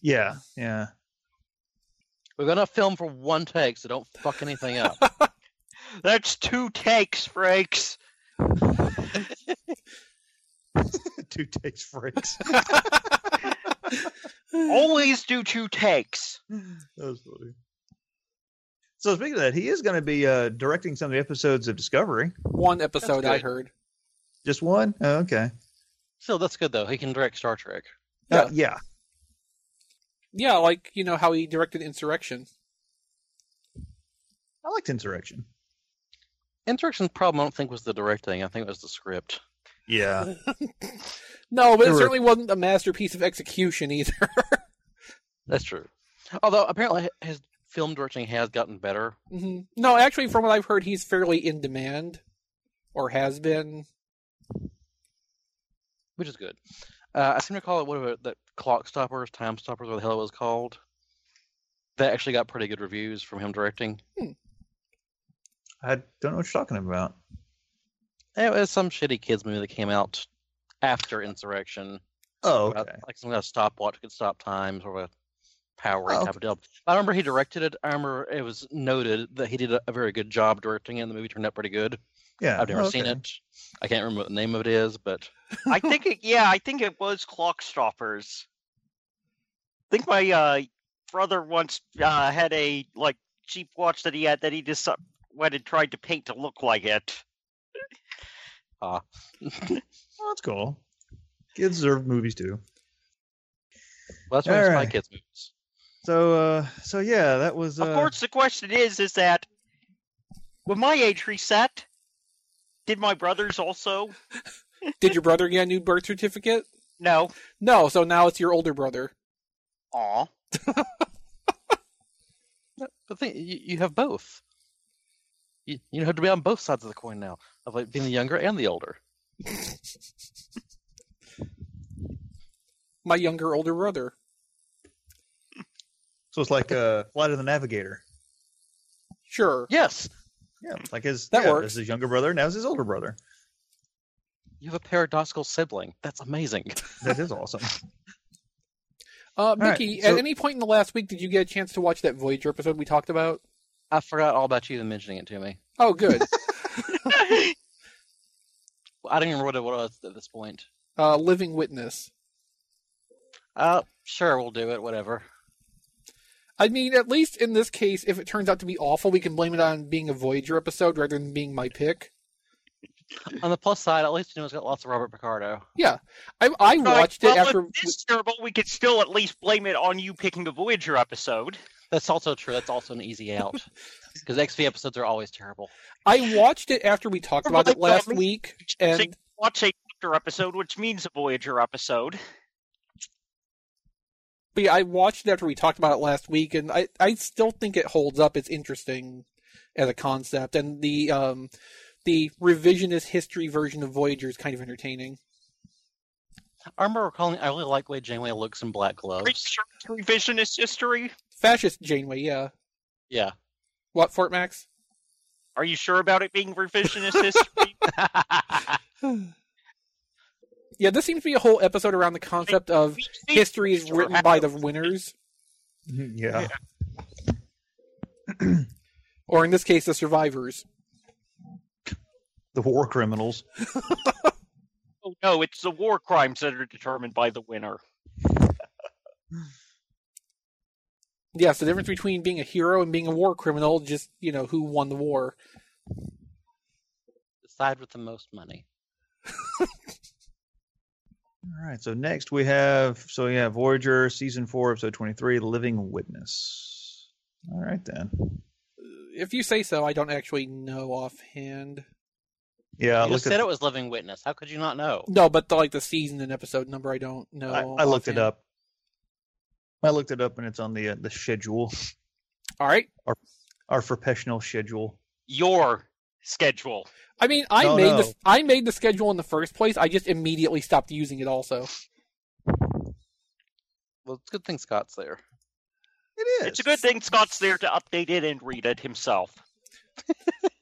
C: yeah, yeah.
B: We're gonna film for one take, so don't fuck anything up.
G: That's two takes, Franks.
C: Two takes freaks.
G: Always do two takes.
C: That was funny. So So speaking of that, he is going to be uh, directing some of the episodes of Discovery.
A: One episode I
B: good.
A: heard.
C: Just one? Oh, okay.
B: Still, that's good though. He can direct Star Trek.
C: Yeah.
A: Yeah.
C: yeah.
A: Yeah, like you know how he directed Insurrection.
C: I liked Insurrection.
B: Insurrection's problem, I don't think, was the directing. I think it was the script.
C: Yeah.
A: No, but
C: There
A: it
C: were-
A: certainly wasn't a masterpiece of execution either.
B: That's true. Although apparently his film directing has gotten better.
A: Mhm. No, actually, from what I've heard, he's fairly in demand, or has been.
B: which is good. Uh, I seem to call it whatever that clock stoppers, time stoppers, whatever the hell it was called. That actually got pretty good reviews from him directing.
C: I don't know what you're talking about.
B: It was some shitty kids movie that came out after Insurrection,
C: Oh,
B: about,
C: okay.
B: like some kind of stopwatch could stop time, sort of a Power
C: Oh,
B: Rangers type of deal. I remember he directed it. I remember it was noted that he did a, a very good job directing it. And the movie turned out pretty good.
C: Yeah.
B: I've never
C: oh,
B: seen
C: okay.
B: it. I can't remember what the name of it is, but
G: I think it, yeah, I think it was Clock Stoppers. I think my uh, brother once uh, had a like cheap watch that he had that he just uh, went and tried to paint to look like it.
C: Oh, that's cool. Kids deserve movies too.
B: well, that's one of
C: All
B: Spy
C: right.
B: Kids movies.
C: So, uh, so yeah, that was. Uh,
G: Of course, the question is, is that when my age reset, did my brothers also?
A: Did your brother get a new birth certificate?
G: No.
A: No, so now it's your older brother.
G: Aw.
B: the thing you, you have both. You, you know how to be on both sides of the coin now, of like being the younger and the older.
A: My younger older brother.
C: So it's like uh, Flight of the Navigator.
A: Sure.
B: Yes,
C: Yeah, it's like his
A: That
C: yeah,
A: works.
C: there's his younger brother. Now it's his older brother.
B: you have a paradoxical sibling. That's amazing.
C: That is awesome.
A: Uh,
C: right,
A: Mickey,
C: so-
A: at any point in the last week, did you get a chance to watch that Voyager episode we talked about?
B: I forgot all about you even mentioning it to me.
A: Oh, good.
B: I don't even remember what it was at this point.
A: uh, Living Witness.
B: Uh, sure, we'll do it. Whatever.
A: I mean, at least in this case, if it turns out to be awful, we can blame it on being a Voyager episode rather than being my pick.
B: On the plus side, at least you know it's got lots of Robert Picardo.
A: I, I
G: Like,
A: watched it
G: well,
A: after.
G: if this terrible, we could still at least blame it on you picking a Voyager episode.
B: That's also true. That's also an easy out because XV episodes are always terrible.
A: I watched it after we talked about it last week,
G: So
A: and
G: you watch a Doctor episode, which means a Voyager episode.
A: But yeah, I watched it after we talked about it last week, and I, I still think it holds up. It's interesting as a concept, and the um, the revisionist history version of Voyager is kind of entertaining.
B: I remember recalling. I really like the way Janeway looks in black
G: Pretty
B: gloves.
G: sure it's revisionist history.
A: Fascist Janeway, yeah.
B: Yeah.
A: What Fort Max?
G: Are you sure about it being revisionist history?
A: Yeah, this seems to be a whole episode around the concept of
G: We see
A: history is
G: or
A: written
G: how-
A: by the winners,
C: yeah.
A: or in this case, the survivors.
C: the war criminals.
G: Oh, no, it's the war crimes that are determined by the winner.
A: Yeah, so the difference between being a hero and being a war criminal, just you know who won the war.
B: The side with the most money.
C: All right. So next we have so yeah, Voyager season four, episode twenty three, Living Witness. All right then.
A: If you say so, I don't actually know offhand.
C: Yeah, I
B: you just
C: looked,
B: said
C: at,
B: it was Living Witness. How could you not know?
A: No, but the, like the season and episode number, I don't know.
C: I, I looked it
A: offhand.
C: up. I looked it up, and it's on the uh, the schedule,
A: All right.
C: our professional schedule.
G: Your schedule.
A: I mean, I
C: No,
A: made
C: no.
A: the I made the schedule in the first place. I just immediately stopped using it. Also,
B: Well, it's a good thing Scott's there.
C: It is.
G: It's a good thing Scott's there to update it and read it himself.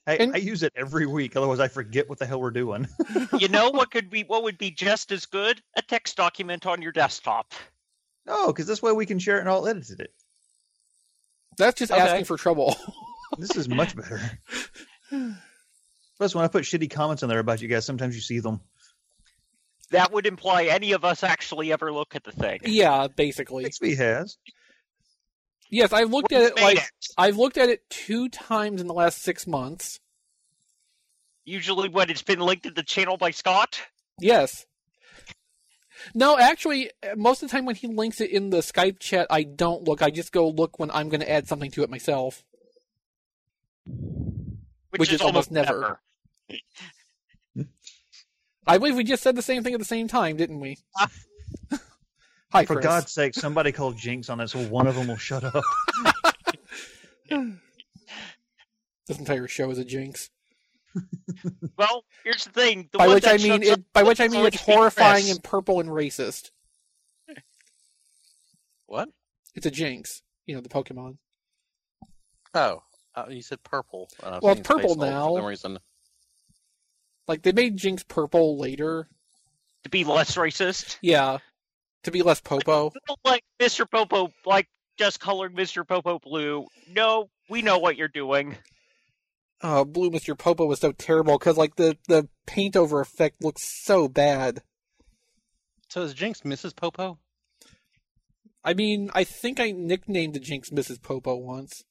C: I,
A: and-
C: I use it every week, otherwise I forget what the hell we're doing.
G: You know what could be what would be just as good? A text document on your desktop.
C: no, because this way we can share it and I'll edit it.
A: that's just
B: Okay.
A: asking for trouble.
C: This is much better. Plus, when I put shitty comments in there about you guys, sometimes you see them.
G: That would imply any of us actually ever look at the thing.
A: yeah, basically.
C: XP has.
A: Yes, I've looked at
G: We've
A: it
G: made
A: like
G: it.
A: I've looked at it two times in the last six months.
G: Usually, when it's been linked to the channel by Scott.
A: Yes. No, actually, most of the time when he links it in the Skype chat, I don't look. I just go look when I'm going to add something to it myself.
G: Which,
A: Which
G: is,
A: is almost never. I believe we just said the same thing at the same time, didn't we? Hi,
C: For
A: Chris.
C: God's sake, somebody call Jinx on it so one of them will shut up.
A: This entire show is a jinx.
G: Well, here's the thing. The
A: by
G: one
A: which
G: that
A: I mean
G: shuts
A: it. By which I
G: is
A: mean it's
G: always being
A: horrifying
G: Chris.
A: and purple and racist.
B: What?
A: It's a jinx. You know the Pokemon.
B: Oh, uh, you said purple. and I've
A: Well,
B: seen
A: it's purple
B: Space Hulk
A: now.
B: For some reason.
A: Like they made Jinx purple later.
G: to be less racist.
A: Yeah, to be less popo.
G: People Like Mr. Popo, like just colored Mr. Popo blue. No, we know what you're doing.
A: Oh, blue Mr. Popo was so terrible because like the the paint over effect looks so bad.
B: So is Jinx Mrs. Popo?
A: I mean, I think I nicknamed the Jinx Mrs. Popo once.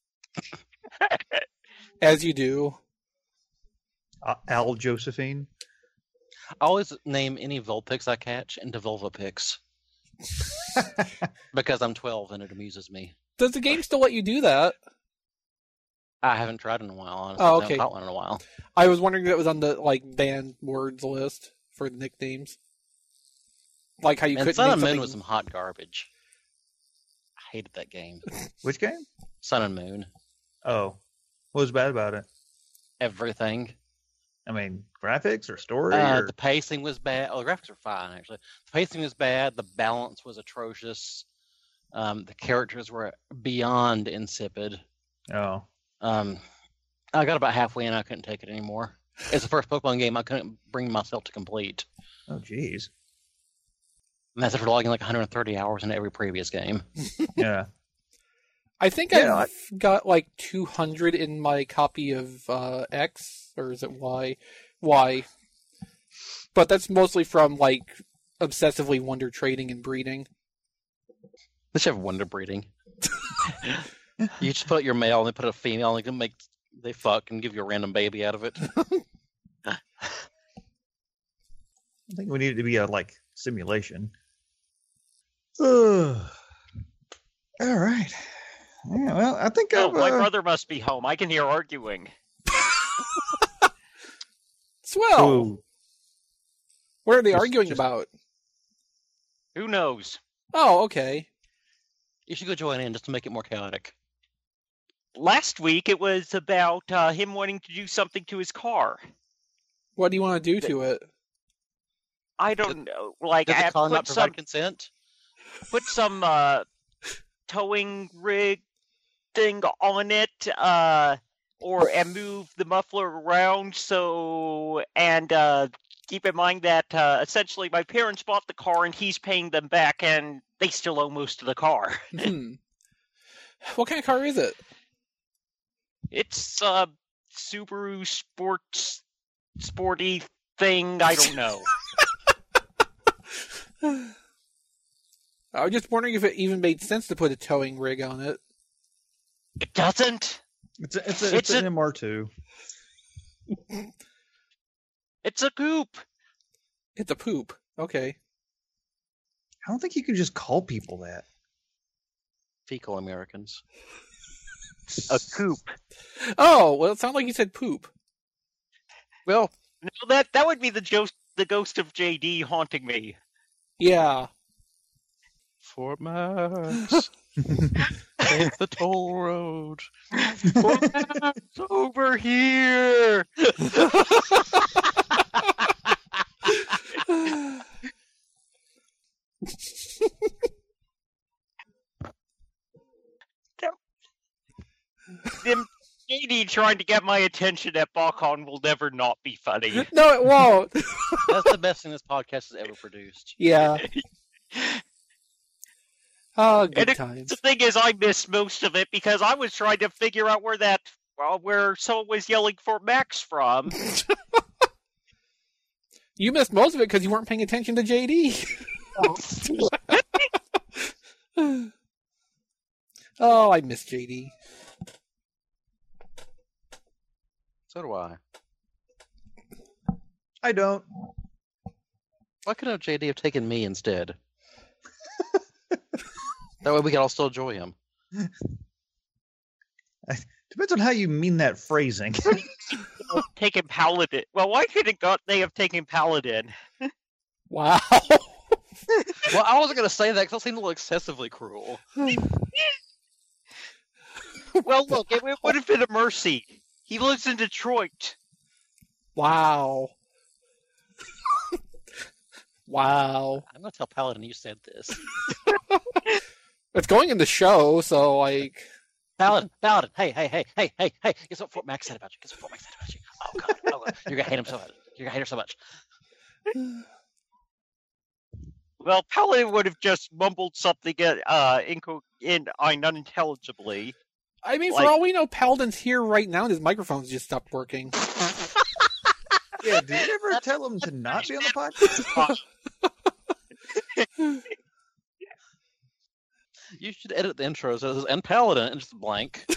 A: As you do.
C: Uh, Al Josephine.
B: I always name any Vulpix I catch into Vulvapix. because I'm 12 and it amuses me.
A: Does the game still let you do that?
B: I haven't tried in a while, honestly.
A: Oh,
B: I
A: okay.
B: haven't caught one in a while.
A: I was wondering if it was on the like banned words list for the nicknames. Like how you
B: and
A: couldn't
B: Sun
A: name
B: and Moon
A: something-
B: was some hot garbage. I hated that game.
C: Which game?
B: Sun and Moon.
C: Oh, what was bad about it?
B: Everything.
C: I mean, graphics or story?
B: Uh,
C: or...
B: the pacing was bad. Oh, the graphics are fine actually. The pacing was bad. The balance was atrocious. Um, the characters were beyond insipid.
C: Oh,
B: Um, I got about halfway and I couldn't take it anymore. It's the first Pokemon game I couldn't bring myself to complete.
C: oh, geez.
B: And that's after logging like 130 hours into every previous game.
C: Yeah.
A: I think
C: Yeah,
A: I've got like 200 in my copy of uh, X, or is it Y? Y. But that's mostly from like obsessively wonder trading and breeding.
B: They should have wonder breeding. you just put your male and they put a female and they can make they fuck and give you a random baby out of it.
C: I think we need it to be a like simulation. Ugh. All right. Yeah, well, I think
G: Oh,
C: I've,
G: my
C: uh,
G: brother must be home. I can hear arguing.
A: Swell!
C: ooh,
A: What are they
C: Just-
A: arguing
C: just-
A: about?
G: Who knows?
A: Oh, okay.
B: You should go join in just to make it more chaotic.
G: Last week it was about uh, him wanting to do something to his car.
A: What do you want to do to it?
G: I don't know. Like
B: Did
G: I
B: the car
G: put
B: not provide
G: some
B: consent?
G: put some uh, towing rig thing on it, uh, or and move the muffler around. So and uh, keep in mind that uh, essentially my parents bought the car and he's paying them back, and they still owe most of the car.
A: Hmm. What kind of car is it?
G: It's a Subaru sports sporty thing. I don't know.
A: I was just wondering if it even made sense to put a towing rig on it.
G: it doesn't.
C: it's a, it's, a, it's,
G: It's
C: an
G: a-
C: MR2.
G: It's a coupe.
A: It's a poop. Okay.
C: I don't think you can just call people that.
B: Fecal Americans.
G: A coupe.
A: Oh, well, it sounded like you said poop.
B: Well,
G: No, that that would be the ghost the ghost of JD haunting me.
A: Yeah.
B: Fort Max. Take the toll road.
G: It's over here. Them JD trying to get my attention at BarCon will never not be funny.
A: No, it won't.
B: That's the best thing this podcast has ever produced.
A: yeah. Oh, good
G: And it-
A: times.
G: The thing is, I missed most of it because I was trying to figure out where that well, where someone was yelling for Max from.
A: You missed most of it because you weren't paying attention to JD. Oh, I miss JD.
B: So do I.
C: I don't.
B: Why couldn't JD have taken me instead? that way we could all still enjoy him.
C: Depends on how you mean that phrasing.
G: Or Take him Paladin. Well, why couldn't God they have taken Paladin?
A: Wow.
B: Well, I wasn't going to say that because it seemed a little excessively cruel.
G: Well, look, it, it would have been a mercy. He lives in Detroit.
A: Wow. wow.
B: I'm going to tell Paladin you said this.
A: It's going in the show, so like
B: Paladin, Paladin, hey, hey, hey, hey, hey, hey. Guess what Fort Max said about you? Guess what Fort Max said about you? Oh, God. Oh, God. You're going to hate him so much. You're going to hate her so much.
G: Well, Paladin would have just mumbled something uh, uh, inco- in, in unintelligibly.
A: I mean,
G: Like-
A: for all we know, Paladin's here right now and his microphone's just stopped working.
C: yeah, did you ever tell him to not be on the podcast?
B: You should edit the intro so it says, and Paladin, and just blank.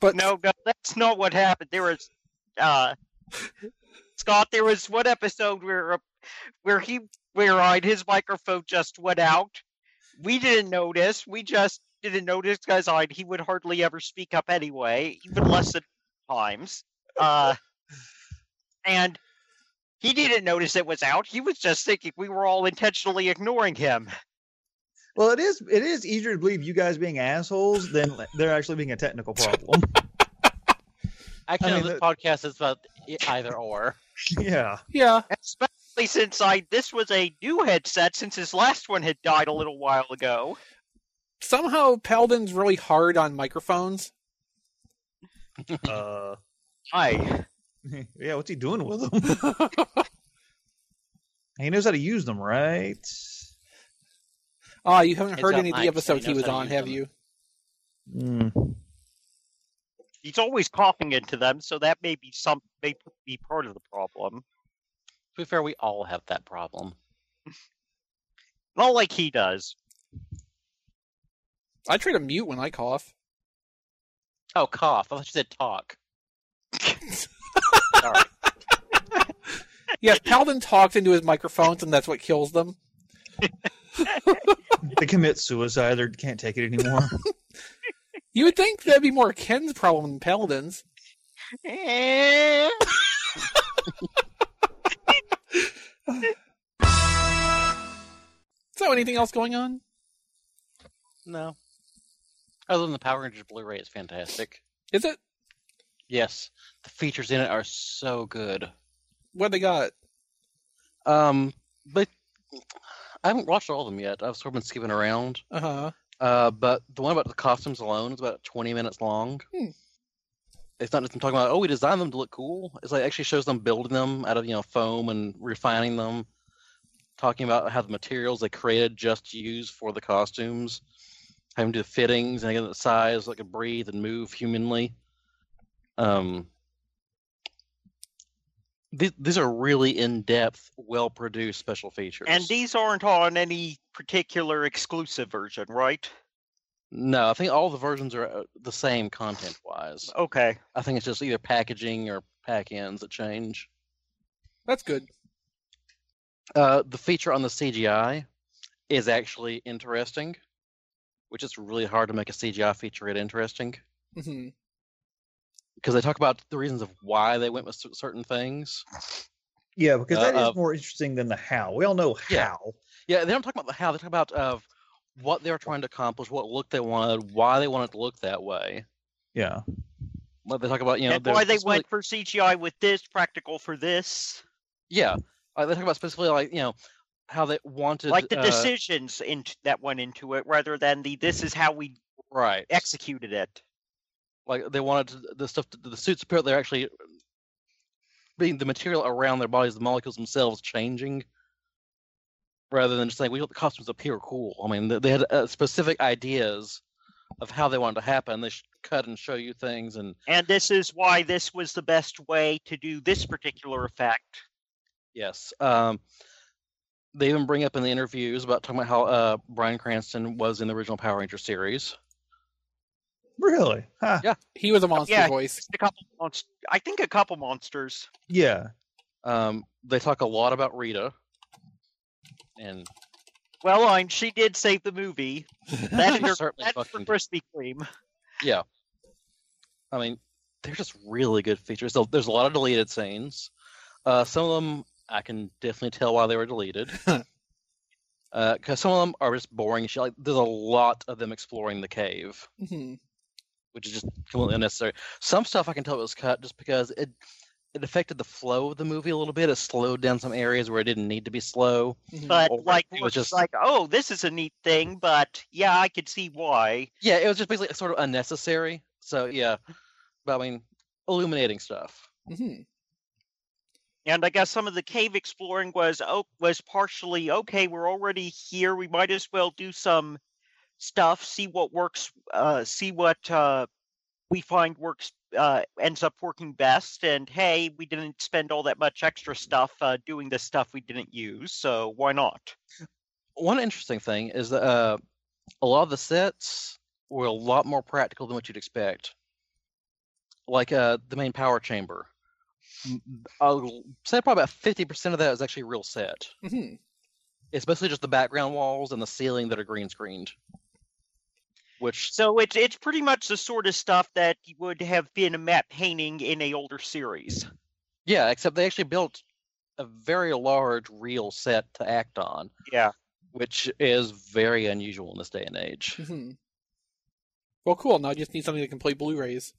A: But
G: No, no, that's not what happened. There was, uh, Scott, there was one episode where, uh, where he, where I, his microphone just went out. We didn't notice. We just didn't notice because I, he would hardly ever speak up anyway, even less than times. Uh, and he didn't notice it was out. He was just thinking we were all intentionally ignoring him.
C: Well, it is. It is easier to believe you guys being assholes than there actually being a technical problem.
B: Actually,
C: I
B: no,
C: mean,
B: this
C: the-
B: podcast is about e- either or.
C: yeah.
A: yeah.
G: Especially since I, this was a new headset since his last one had died a little while ago.
A: Somehow Paladin's really hard on microphones.
C: Uh,
G: I.
C: yeah. What's he doing with them? he knows how to use them, right?
A: Ah, you haven't
B: It's
A: heard
B: got
A: any of
B: mics,
A: the
B: so
A: episodes
B: he
A: he
B: knows
A: was
B: how to
A: on,
B: use
A: have
B: them.
A: you?
C: Mm.
G: he's always coughing into them, so that may be some may p- be part of the problem.
B: To be fair, we all have that problem.
G: Not like he does.
A: I try to mute when I cough.
B: Oh, cough. I thought you said talk. Sorry.
A: Yes, Paladin talks into his microphones and that's what kills them.
C: They commit suicide. They can't take it anymore.
A: You would think that'd be more Ken's problem than Paladin's.
G: Eh,
A: So anything else going on?
B: No. Other than the Power Rangers Blu-ray, it's fantastic.
A: Is it
B: Yes, the features in it are so good.
A: what they got?
B: Um, but I haven't watched all of them yet. I've sort of been skipping around.
A: Uh huh.
B: Uh, but the one about the costumes alone is about 20 minutes long.
A: Hmm.
B: It's not just them talking about, oh, we designed them to look cool. It's like actually shows them building them out of, you know, foam and refining them, talking about how the materials they created just used for the costumes, having to do the fittings and again, the size, so they could breathe and move humanly. Um, these, these are really in depth, well produced special features.
G: and these aren't on any particular exclusive version, right?
B: No, I think all the versions are uh, the same content wise.
G: Okay.
B: I think it's just either packaging or pack ends that change.
A: That's good.
B: Uh, the feature on the CGI is actually interesting, which is really hard to make a CGI feature it interesting
A: hmm
B: because they talk about the reasons of why they went with cer- certain things.
C: yeah, because that is
B: Uh, uh,
C: more interesting than the how. We all know
B: Yeah.
C: how.
B: Yeah, they don't talk about the how. They talk about of what they were trying to accomplish, what look they wanted, why they wanted it to look that way.
C: Yeah.
B: Like they talk about, you know,
G: and
B: their-
G: why they
B: specifically-
G: went for CGI with this, practical for this,
B: Yeah, like they talk about specifically, like you know, how they wanted,
G: like the
B: uh,
G: decisions in that went into it, rather than the this is how we
B: right?
G: executed it.
B: like they wanted to- the stuff to, the suits appear they're actually being the material around their bodies the molecules themselves changing rather than just saying we want the costumes to appear cool i mean they, they had uh, specific ideas of how they wanted to happen they sh- cut and show you things and
G: And this is why this was the best way to do this particular effect.
B: Yes. Um, they even bring up in the interviews about talking about how uh, Brian Cranston was in the original Power Ranger series.
C: Really? Huh.
B: Yeah.
A: He was a monster
G: Yeah.
A: voice.
G: Just a couple monst- I think a couple monsters.
C: Yeah.
B: Um, they talk a lot about Rita, and
G: Well, I mean, she did save the movie. That
B: She
G: and her,
B: certainly
G: that and
B: fucking
G: her
B: did.
G: Krispy Kreme.
B: I mean, they're just really good features. There- There's a lot of deleted scenes. Uh, some of them I can definitely tell why they were deleted. Because some of them are just boring as shit. Like, there's a lot of them exploring the cave,
A: hmm
B: which is just completely unnecessary. Some stuff I can tell it was cut just because it it affected the flow of the movie a little bit. It slowed down some areas where it didn't need to be slow.
A: Mm-hmm.
G: But
B: Or
G: like,
B: Hmm. it
G: it
B: was
G: was
B: just-
G: like, oh, this is a neat thing, but yeah, I could see why.
B: Yeah, it was just basically sort of unnecessary. So yeah, but I mean, illuminating stuff.
A: hmm
G: And I guess some of the cave exploring was oh, was partially okay. We're already here. We might as well do some stuff. See what works. Uh, see what uh, we find works. Uh, ends up working best. And hey, we didn't spend all that much extra stuff uh, doing the stuff we didn't use. So why not?
B: one interesting thing is that uh, a lot of the sets were a lot more practical than what you'd expect. Like uh, the main power chamber, M- I'll say probably about fifty percent of that is actually a real set.
A: hmm
B: It's mostly just the background walls and the ceiling that are green screened. Which
G: So it's it's pretty much the sort of stuff that you would have been a map painting in a older series.
B: yeah, except they actually built a very large real set to act on,
G: Yeah.
B: which is very unusual in this day and age.
A: Mm-hmm. hmm Well, cool. Now I just need something to complete Blu-rays.